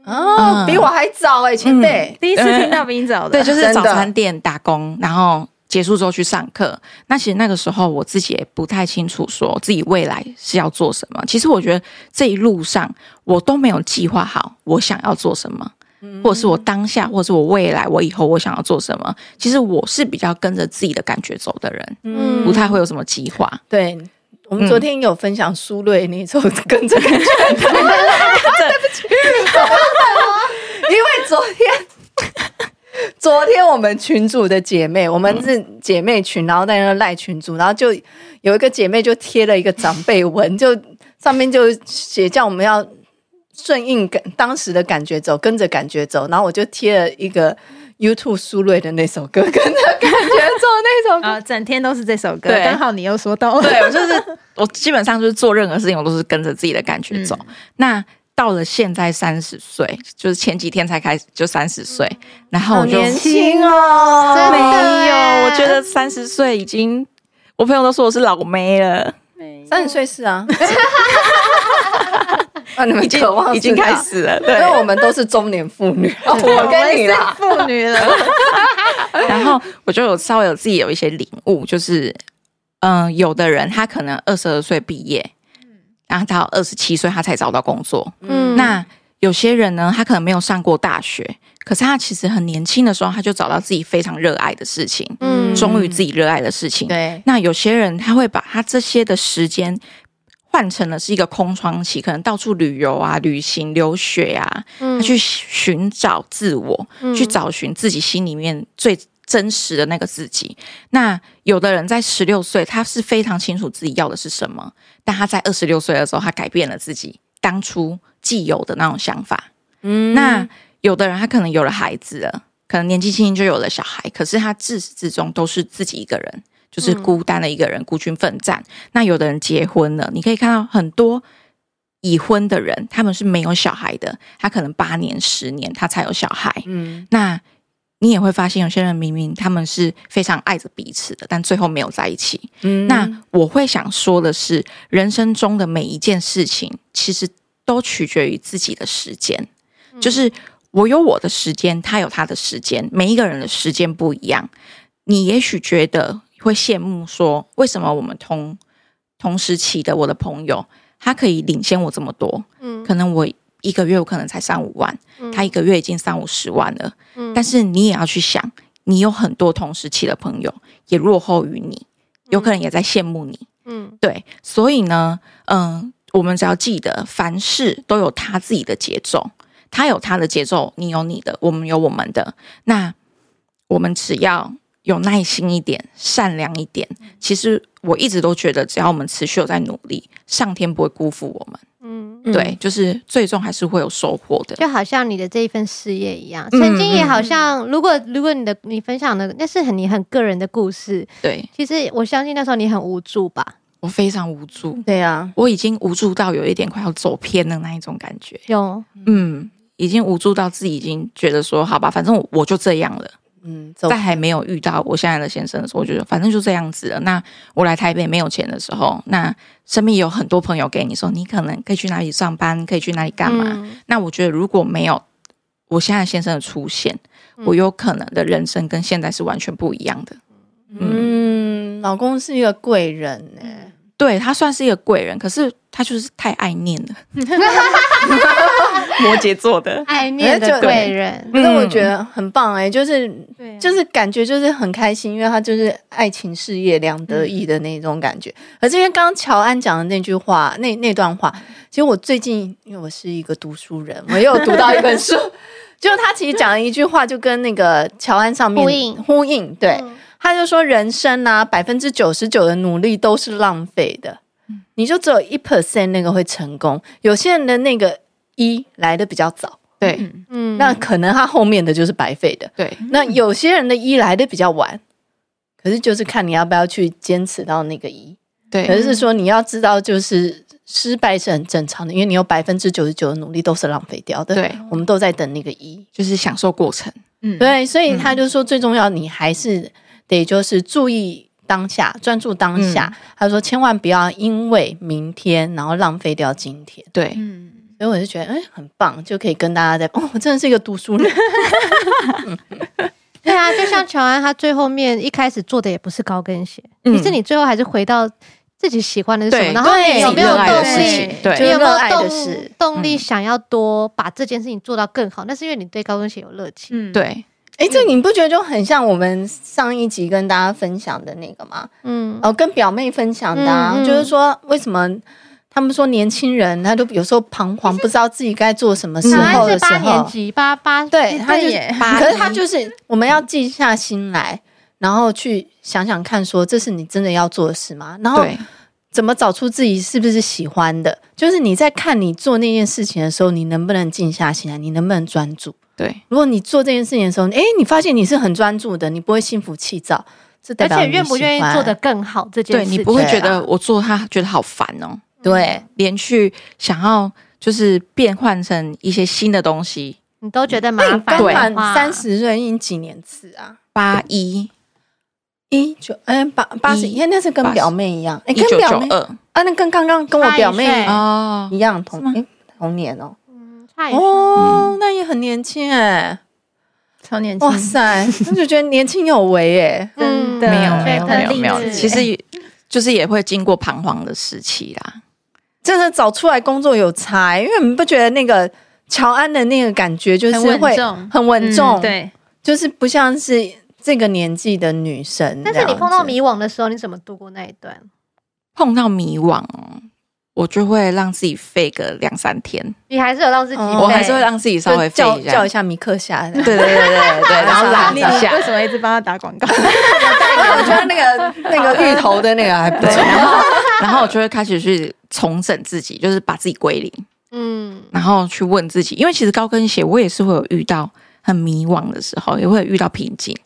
Speaker 2: 哦，比我还早哎，前
Speaker 3: 嗯
Speaker 2: 辈，
Speaker 4: 第一次听到比你早 的，
Speaker 5: 对，就是
Speaker 2: 真
Speaker 5: 早
Speaker 2: 的
Speaker 5: 餐店打工，然后结束之后去上课。那其实那个时候我自己也不太清楚，说自己未来是要做什么。其实我觉得这一路上我都没有计划好我想要做什么，
Speaker 2: 嗯
Speaker 5: 或者是我当下，或者是我未来，我以后我想要做什么。其实我是比较跟着自己的感觉走的人，
Speaker 2: 嗯，
Speaker 5: 不太会有什么计划。
Speaker 2: 对。我们昨天有分享苏芮那首跟这个，对不起，因为昨天。昨天我们群主的姐妹，我们是姐妹群，然后在那赖群主，然后就有一个姐妹就贴了一个长辈文，就上面就写叫我们要顺应感当时的感觉走，跟着感觉走。然后我就贴了一个 YouTube 苏芮的那首歌，跟着感觉走那首歌。
Speaker 4: 啊，整天都是这首歌，
Speaker 5: 对
Speaker 4: 刚好你又说到，
Speaker 5: 对我就是我基本上就是做任何事情，我都是跟着自己的感觉
Speaker 2: 嗯
Speaker 5: 走。那到了现在三十岁，就是前几天才开始就三十岁，然后我就
Speaker 2: 嗯轻哦
Speaker 3: 真的
Speaker 5: 没有，
Speaker 2: 欸
Speaker 3: 耶
Speaker 5: 我觉得三十岁已经，我朋友都说我是老妹了，
Speaker 2: 三十岁是啊， 啊，你们
Speaker 5: 已经
Speaker 2: 渴望
Speaker 5: 已经
Speaker 2: 知道
Speaker 5: 开，始了，
Speaker 2: 因
Speaker 5: 对。
Speaker 2: 为我们都是中年妇 女，哦我跟你啦，
Speaker 4: 妇女了，
Speaker 5: 然后我就有稍微有自己有一些领悟，就是，嗯、有的人他可能二十二岁毕业，
Speaker 2: 嗯
Speaker 5: 然后到二十七岁他才找到工作，
Speaker 3: 嗯
Speaker 5: 那有些人呢，他可能没有上过大学，可是他其实很年轻的时候，他就找到自己非常热爱的事情，
Speaker 3: 嗯
Speaker 5: 忠于自己热爱的事 情。
Speaker 2: 对，
Speaker 5: 那有些人他会把他这些的时间换成了是一个空窗期，可能到处旅游啊、旅行、留学啊，他
Speaker 3: 嗯
Speaker 5: 去寻找自我，
Speaker 3: 嗯
Speaker 5: 去找寻自己心里面最真实的那个自己。那有的人在十六岁，他是非常清楚自己要的是什么，但他在二十六岁的时候，他改变了自己当初既有的那种想法。
Speaker 2: 嗯
Speaker 5: 那有的人他可能有了孩子了，可能年纪轻轻就有了小孩，可是他自始至终都是自己一个人，就是孤单的一个人，孤军奋战。那有的人结婚了，你可以看到很多已婚的人，他们是没有小孩的，他可能八年、十年他才有小孩。
Speaker 2: 嗯，
Speaker 5: 那你也会发现，有些人明明他们是非常爱着彼此的，但最后没有在一起。
Speaker 2: 嗯
Speaker 5: 那我会想说的是，人生中的每一件事情，其实都取决于自己的时间。就是我有我的时间，他有他的时间，每一个人的时间不一样。你也许觉得会羡慕说，为什么我们同同时期的我的朋友，他可以领先我这么多？
Speaker 3: 嗯
Speaker 5: 可能我一个月我可能才三五万，他一个月已经三五十万了。
Speaker 3: 嗯
Speaker 5: 但是你也要去想，你有很多同时期的朋友也落后于你，有可能也在羡慕你。
Speaker 3: 嗯
Speaker 5: 对，所以呢，嗯、我们只要记得，凡事都有他自己的节奏，他有他的节奏，你有你的，我们有我们的。那我们只要有耐心一点，善良一点，
Speaker 3: 嗯
Speaker 5: 其实我一直都觉得，只要我们持续有在努力，上天不会辜负我们。
Speaker 3: 嗯，
Speaker 5: 对，就是最终还是会有收获的。
Speaker 3: 就好像你的这一份事业一样，
Speaker 5: 嗯
Speaker 3: 曾经也好像，如果如果你的你分享的那是很你很个人的故事，
Speaker 5: 对
Speaker 3: 其实我相信那时候你很无助吧？
Speaker 5: 我非常无助，
Speaker 2: 对啊呀，
Speaker 5: 我已经无助到有一点快要走偏的那一种感觉。
Speaker 3: 有，
Speaker 5: 嗯，已经无助到自己已经觉得说，好吧，反正我我就这样了。
Speaker 2: 嗯，走
Speaker 5: 在还没有遇到我现在的先生的时候，我觉得反正就这样子了。那我来台北没有钱的时候，那身边有很多朋友给你说，你可能可以去哪里上班，可以去哪里干嘛。那我觉得如果没有我现在先生的出现，我有可能的人生跟现在是完全不一样的。嗯，
Speaker 2: 嗯，老公是一个贵人欸呢、
Speaker 5: 对他算是一个贵人，可是他就是太爱念 了，摩羯座的。
Speaker 3: 爱念的贵人，
Speaker 2: 那、我觉得很棒哎、就是
Speaker 3: 对
Speaker 2: 就是感觉就是很开心，因为他就是爱情事业两得
Speaker 3: 嗯
Speaker 2: 意的那种感觉。而这边刚刚乔安讲的那句话，那那段话，其实我最近因为我是一个读书人，我也有读到一本 书，就是他其实讲了一句话，就跟那个乔安上面
Speaker 3: 呼应
Speaker 2: 呼应，对，
Speaker 3: 嗯
Speaker 2: 他就说人生啊，百分之九十九的努力都是浪费的，
Speaker 3: 嗯
Speaker 2: 你就只有一 percent 那个会成功，有些人的那个一来的比较早。
Speaker 5: 对、
Speaker 3: 嗯
Speaker 2: 那可能他后面的就是白费的，
Speaker 5: 对，
Speaker 2: 那有些人的一来的比较晚，可是就是看你要不要去坚持到那个一。
Speaker 5: 对，
Speaker 2: 可是是说你要知道，就是失败是很正常的，因为你有百分之九十九的努力都是浪费掉的。
Speaker 5: 对，
Speaker 2: 我们都在等那个一。
Speaker 5: 就是享受过程。
Speaker 7: 嗯，
Speaker 2: 对，所以他就说最重要，你还是得就是注意当下，专注当下。
Speaker 5: 嗯
Speaker 2: 他说千万不要因为明天然后浪费掉今天。
Speaker 5: 对，
Speaker 7: 嗯，
Speaker 2: 所以我就觉得，哎，很棒，就可以跟大家在哦，我真的是一个读书人。
Speaker 3: 对啊，就像乔安，他最后面一开始做的也不是高跟鞋，
Speaker 5: 嗯
Speaker 3: 其实你最后还是回到自己喜欢的是什么，
Speaker 5: 对，
Speaker 3: 然后你
Speaker 2: 对
Speaker 3: 有没有
Speaker 5: 自己热爱
Speaker 3: 动
Speaker 5: 的事
Speaker 3: 力？
Speaker 5: 情？
Speaker 2: 就
Speaker 3: 你
Speaker 5: 对，
Speaker 3: 有没
Speaker 2: 热
Speaker 3: 有
Speaker 2: 爱的
Speaker 3: 动
Speaker 2: 事
Speaker 3: 动力
Speaker 5: 嗯
Speaker 3: 想要多把这件事情做到更好？那是因为你对高跟鞋有热情。
Speaker 7: 嗯，
Speaker 5: 对，
Speaker 2: 哎，这你不觉得就很像我们上一集跟大家分享的那个吗？
Speaker 3: 嗯，
Speaker 2: 哦，跟表妹分享的、啊，
Speaker 3: 嗯嗯
Speaker 2: 就是说为什么他们说年轻人他都有时候彷徨，不知道自己该做什么时
Speaker 3: 乔安
Speaker 2: 候的
Speaker 3: 是
Speaker 2: 时
Speaker 3: 八年
Speaker 2: 候，
Speaker 3: 级，八八
Speaker 2: 对，他就
Speaker 7: 对
Speaker 2: 是
Speaker 7: 耶
Speaker 5: 八
Speaker 2: 可是他就是我们要静下心来，然后去想想看，说这是你真的要做的事吗？然后
Speaker 5: 对，
Speaker 2: 怎么找出自己是不是喜欢的？就是你在看你做那件事情的时候，你能不能静下心来？你能不能专注？
Speaker 5: 对，
Speaker 2: 如果你做这件事情的时候，诶，你发现你是很专注的，你不会心浮气躁，这代
Speaker 3: 而
Speaker 2: 表
Speaker 3: 且
Speaker 2: 你
Speaker 3: 愿不愿
Speaker 2: 喜欢
Speaker 3: 意做得更好这件
Speaker 5: 对
Speaker 3: 事情，
Speaker 5: 你不会
Speaker 2: 对
Speaker 5: 觉
Speaker 2: 啊
Speaker 5: 得我做他觉得好烦哦，
Speaker 2: 对，
Speaker 5: 连续想要就是变换成一些新的东西。
Speaker 3: 你都觉得麻
Speaker 2: 那你
Speaker 3: 烦
Speaker 2: 刚
Speaker 3: 的话。
Speaker 2: 满三十岁，你几年次啊？
Speaker 5: 八一
Speaker 2: 一九哎八八十，
Speaker 5: 一
Speaker 2: 因为那是跟
Speaker 5: 八十
Speaker 2: 表妹一样，哎，
Speaker 5: 一
Speaker 2: 跟
Speaker 5: 九
Speaker 2: 表
Speaker 5: 九
Speaker 2: 妹
Speaker 5: 二
Speaker 2: 啊，那跟刚刚跟我
Speaker 3: 差一
Speaker 2: 表妹啊
Speaker 3: 岁
Speaker 5: 哦，
Speaker 2: 一样同
Speaker 5: 是吗
Speaker 2: 哎同年哦。
Speaker 3: 嗯，差一岁嗯
Speaker 2: 哦，那也很年轻哎，
Speaker 7: 超年轻
Speaker 2: 哇， 塞，我就觉得年轻有为哎。
Speaker 3: 嗯，
Speaker 7: 的
Speaker 5: 没
Speaker 7: 对
Speaker 3: 所以
Speaker 5: 有没有没
Speaker 3: 很
Speaker 5: 有
Speaker 3: 励
Speaker 5: 没有，哎
Speaker 3: 志
Speaker 5: 其实也就是也会经过彷徨的时期啦。
Speaker 2: 真的找出来工作有差，因为你不觉得那个乔安的那个感觉就是
Speaker 7: 很稳
Speaker 2: 会
Speaker 7: 重
Speaker 2: 很稳
Speaker 7: 嗯，
Speaker 2: 重，
Speaker 7: 对，
Speaker 2: 就是不像是这个年纪的女生。
Speaker 3: 但是你碰到，迷惘的时候，你怎么度过那一段？
Speaker 5: 碰到迷惘哦，我就会让自己废个两三天，
Speaker 3: 你还是有让自己
Speaker 2: 哦
Speaker 3: 累，
Speaker 5: 我还是会让自己稍
Speaker 2: 就
Speaker 5: 微废
Speaker 2: 叫
Speaker 5: 下
Speaker 2: 叫一。下米克夏，
Speaker 5: 对对对 对对，然后拉
Speaker 2: 你
Speaker 5: 一
Speaker 7: 你
Speaker 5: 下
Speaker 7: 为。什么一直帮他打广 告？
Speaker 2: 我觉得那个那个芋头的那个还 不
Speaker 5: 对，
Speaker 2: 错。
Speaker 5: 然后然后我就会开始去重整自己，就是把自己归零，
Speaker 3: 嗯，
Speaker 5: 然后去问自己，因为其实高跟鞋我也是会有遇到很迷惘的时候，也会有遇到瓶颈，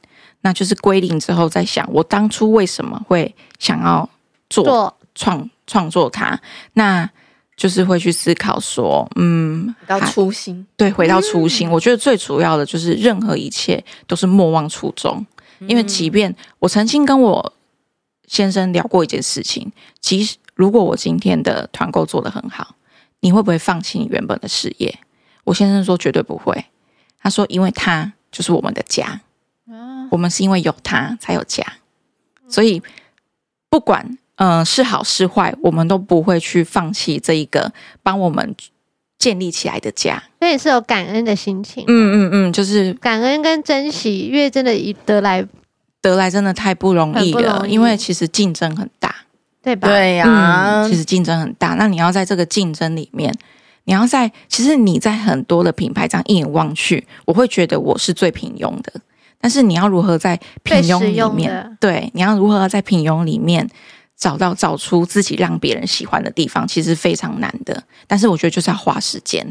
Speaker 5: 那就是归零之后再想，我当初为什么会想要做
Speaker 3: 做
Speaker 5: 创创作它，那就是会去思考说，嗯，
Speaker 2: 到
Speaker 5: 还
Speaker 2: 初心，
Speaker 5: 对，回到初心，我觉得最主要的就是任何一切都是莫忘初衷。因为即便我曾经跟我先生聊过一件事情，即使如果我今天的团购做得很好，你会不会放弃你原本的事业？我先生说绝对不会。他说，因为他就是我们的家，我们是因为有他才有家，所以不管嗯、呃是好是坏，我们都不会去放弃这一个帮我们建立起来的家。
Speaker 3: 所以是有感恩的心情，
Speaker 5: 嗯嗯嗯，就是
Speaker 3: 感恩跟珍惜，因为真的以得来，
Speaker 5: 得来真的太不容
Speaker 3: 很
Speaker 5: 易
Speaker 3: 不
Speaker 5: 了，
Speaker 3: 容易
Speaker 5: 因为其实竞争很大。嗯
Speaker 3: 对吧？
Speaker 2: 对呀、
Speaker 5: 其实竞争很大，那你要在这个竞争里面，你要在其实你在很多的品牌这样一眼望去，我会觉得我是最平庸的。但是你要如何在平
Speaker 3: 最
Speaker 5: 庸
Speaker 3: 实
Speaker 5: 里
Speaker 3: 用
Speaker 5: 面，
Speaker 3: 的，
Speaker 5: 对，你要如何在平庸里面找到找出自己让别人喜欢的地方，其实非常难的。但是我觉得就是要花时间，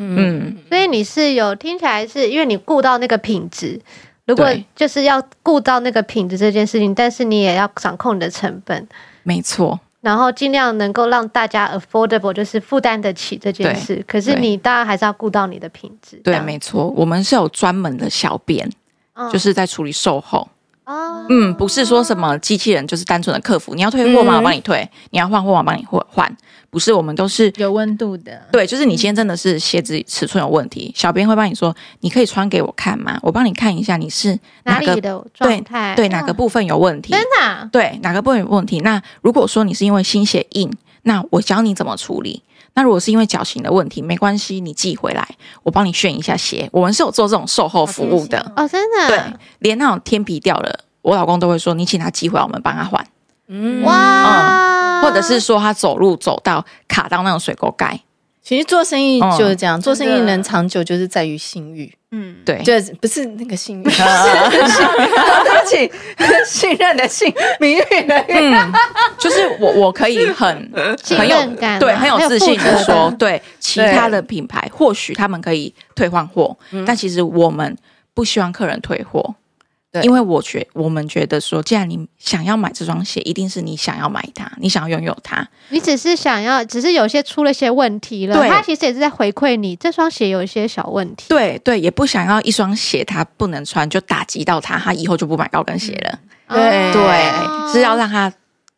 Speaker 5: 嗯，
Speaker 3: 所以你是有听起来是因为你顾到那个品质。如果
Speaker 5: 对
Speaker 3: 就是要顾到那个品质这件事情，但是你也要掌控你的成本，
Speaker 5: 没错，
Speaker 3: 然后尽量能够让大家 affordable，就是负担得起这件
Speaker 5: 对
Speaker 3: 事。可是
Speaker 5: 对
Speaker 3: 你当然还是要顾到你的品质。这
Speaker 5: 对，
Speaker 3: 样
Speaker 5: 没错，我们是有专门的小编，
Speaker 3: 嗯
Speaker 5: 就是在处理售后，
Speaker 3: 哦，
Speaker 5: 嗯，不是说什么机器人，就是单纯的客服，你要退货
Speaker 2: 嗯
Speaker 5: 吗？我帮你退；你要换货吗？我帮你换换。不是，我们都是
Speaker 4: 有温度的，
Speaker 5: 对，就是你今天真的是鞋子尺寸有问题，小编会帮你说，你可以穿给我看吗？我帮你看一下你是
Speaker 3: 哪
Speaker 5: 个
Speaker 3: 里的状态？哦
Speaker 5: 对哪个部分有问题，
Speaker 3: 真的啊
Speaker 5: 对哪个部分有问题。那如果说你是因为新鞋印，那我教你怎么处理。那如果是因为脚型的问题，没关系，你寄回来，我帮你炫一下鞋。我们是有做这种售后服务的，
Speaker 3: 哦，真的
Speaker 5: 对
Speaker 3: 啊，
Speaker 5: 连那种天皮掉了，我老公都会说，你请他寄回来，我们帮他换，
Speaker 2: 嗯，
Speaker 3: 哇，
Speaker 5: 嗯哦或者是说他走路走到卡到那种水沟盖，
Speaker 2: 其实做生意
Speaker 5: 嗯
Speaker 2: 就是
Speaker 3: 哦
Speaker 2: 这样，做生
Speaker 4: 真
Speaker 2: 意
Speaker 4: 的
Speaker 2: 能长久就是在于信誉，
Speaker 4: 嗯，
Speaker 5: 对，啊
Speaker 2: 就是不是那个信誉，
Speaker 5: 对不起，
Speaker 2: 信任的信，名誉的誉。
Speaker 5: 嗯，就是我我可以很
Speaker 3: 信
Speaker 5: 很
Speaker 3: 任
Speaker 5: 有
Speaker 3: 感啊
Speaker 5: 对很有自信
Speaker 3: 还有
Speaker 5: 的
Speaker 3: 负责
Speaker 5: 说
Speaker 3: 感，
Speaker 5: 对其他的品牌或许他们可以退换货，
Speaker 3: 嗯
Speaker 5: 但其实我们不希望客人退货。
Speaker 2: 对
Speaker 5: 因为我觉我们觉得说，既然你想要买这双鞋，一定是你想要买它，你想要拥有它。
Speaker 3: 你只是想要，只是有些出了些问题了，
Speaker 5: 对
Speaker 3: 他其实也是在回馈你，这双鞋有一些小问题。
Speaker 5: 对对，也不想要一双鞋它不能穿，就打击到它，它以后就不买高跟鞋了。
Speaker 3: 哦
Speaker 2: 对
Speaker 5: 对，是要让它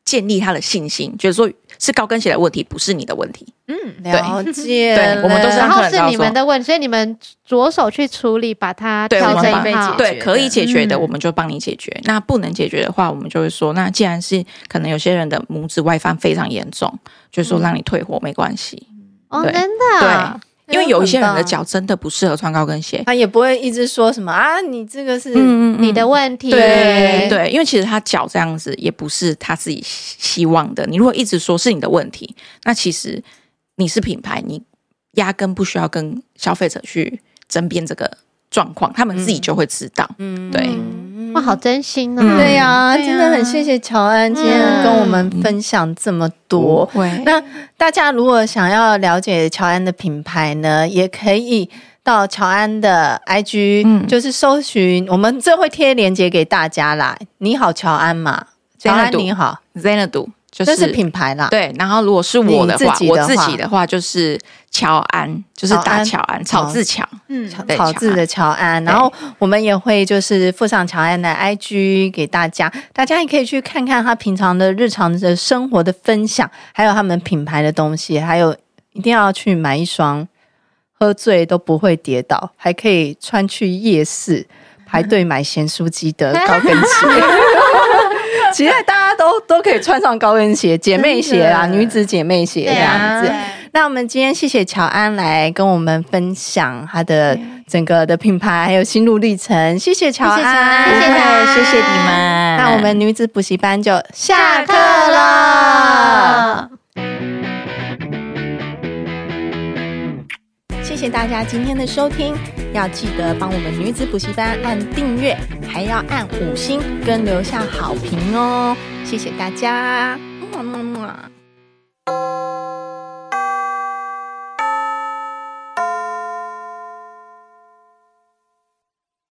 Speaker 5: 建立它的信心，觉得说是高跟鞋的问题，不是你的问题。
Speaker 2: 了解了，
Speaker 5: 对我们都是
Speaker 3: 然
Speaker 5: 让客
Speaker 3: 后
Speaker 5: 人知
Speaker 3: 是
Speaker 5: 道
Speaker 3: 你
Speaker 5: 说
Speaker 3: 们的问题，所以你们着手去处理，把它
Speaker 5: 对
Speaker 3: 调
Speaker 5: 我们
Speaker 3: 整
Speaker 5: 帮
Speaker 3: 好。
Speaker 5: 对，可以解决的
Speaker 4: 嗯
Speaker 5: 我们就帮你解决。那不能解决的话，我们就会说，那既然是可能有些人的拇指外翻非常严重，就说让你退货没关系，
Speaker 3: 哦，
Speaker 5: 对
Speaker 3: 真的啊，
Speaker 5: 因为有一些人的
Speaker 2: 很棒
Speaker 5: 脚真的不适合穿高跟鞋。
Speaker 2: 他也不会一直说什么啊，你这个是
Speaker 5: 嗯嗯，
Speaker 3: 你的问题，
Speaker 2: 对
Speaker 5: 对，因为其实他脚这样子也不是他自己希望的。你如果一直说是你的问题，那其实你是品牌，你压根不需要跟消费者去争辩这个状况，他们自己就会知道。
Speaker 2: 嗯
Speaker 5: 对
Speaker 2: 嗯
Speaker 3: 哇，好真心
Speaker 5: 嗯
Speaker 3: 哦。
Speaker 2: 对呀，
Speaker 4: 对呀
Speaker 2: 真的很谢谢乔安今天跟我们分享这么多。
Speaker 5: 会
Speaker 2: 那大家如果想要了解乔安的品牌呢，也可以到乔安的 IG，、
Speaker 5: 嗯
Speaker 2: 就是搜寻，我们这会贴链接给大家啦。你好，乔安嘛，
Speaker 5: 对
Speaker 2: 乔安
Speaker 5: 那
Speaker 2: 你好，
Speaker 5: Zenadu 就
Speaker 2: 这是
Speaker 5: 是
Speaker 2: 品牌啦。
Speaker 5: 对，然后如果是我的话，
Speaker 2: 你自己的话
Speaker 5: 我自己的话就是乔安，就是打
Speaker 2: 乔
Speaker 5: 乔安，草字乔。
Speaker 4: 嗯，
Speaker 2: 乔
Speaker 5: 对
Speaker 2: 草字的乔安，然后我们也会就是附上乔安的 IG 给大家，大家也可以去看看他平常的日常的生活的分享，还有他们品牌的东西，还有一定要去买一双，喝醉都不会跌倒，还可以穿去夜市排队买咸酥鸡的高跟鞋。期待大家都都可以穿上高跟鞋，姐妹鞋啦，
Speaker 4: 真的
Speaker 2: 女子姐妹鞋这
Speaker 3: 对
Speaker 2: 样
Speaker 3: 啊
Speaker 2: 子。那我们今天谢谢乔安来跟我们分享她的整个的品牌还有心路历程，谢谢乔安，
Speaker 3: 谢谢乔安
Speaker 5: 谢谢你们。
Speaker 2: 那我们女子补习班就下
Speaker 3: 下
Speaker 2: 课
Speaker 3: 课
Speaker 2: 了，
Speaker 3: 了。
Speaker 2: 谢谢大家今天的收听，要记得帮我们女子补习班按订阅，还要按五星跟留下好评哦，谢谢大家，么么么。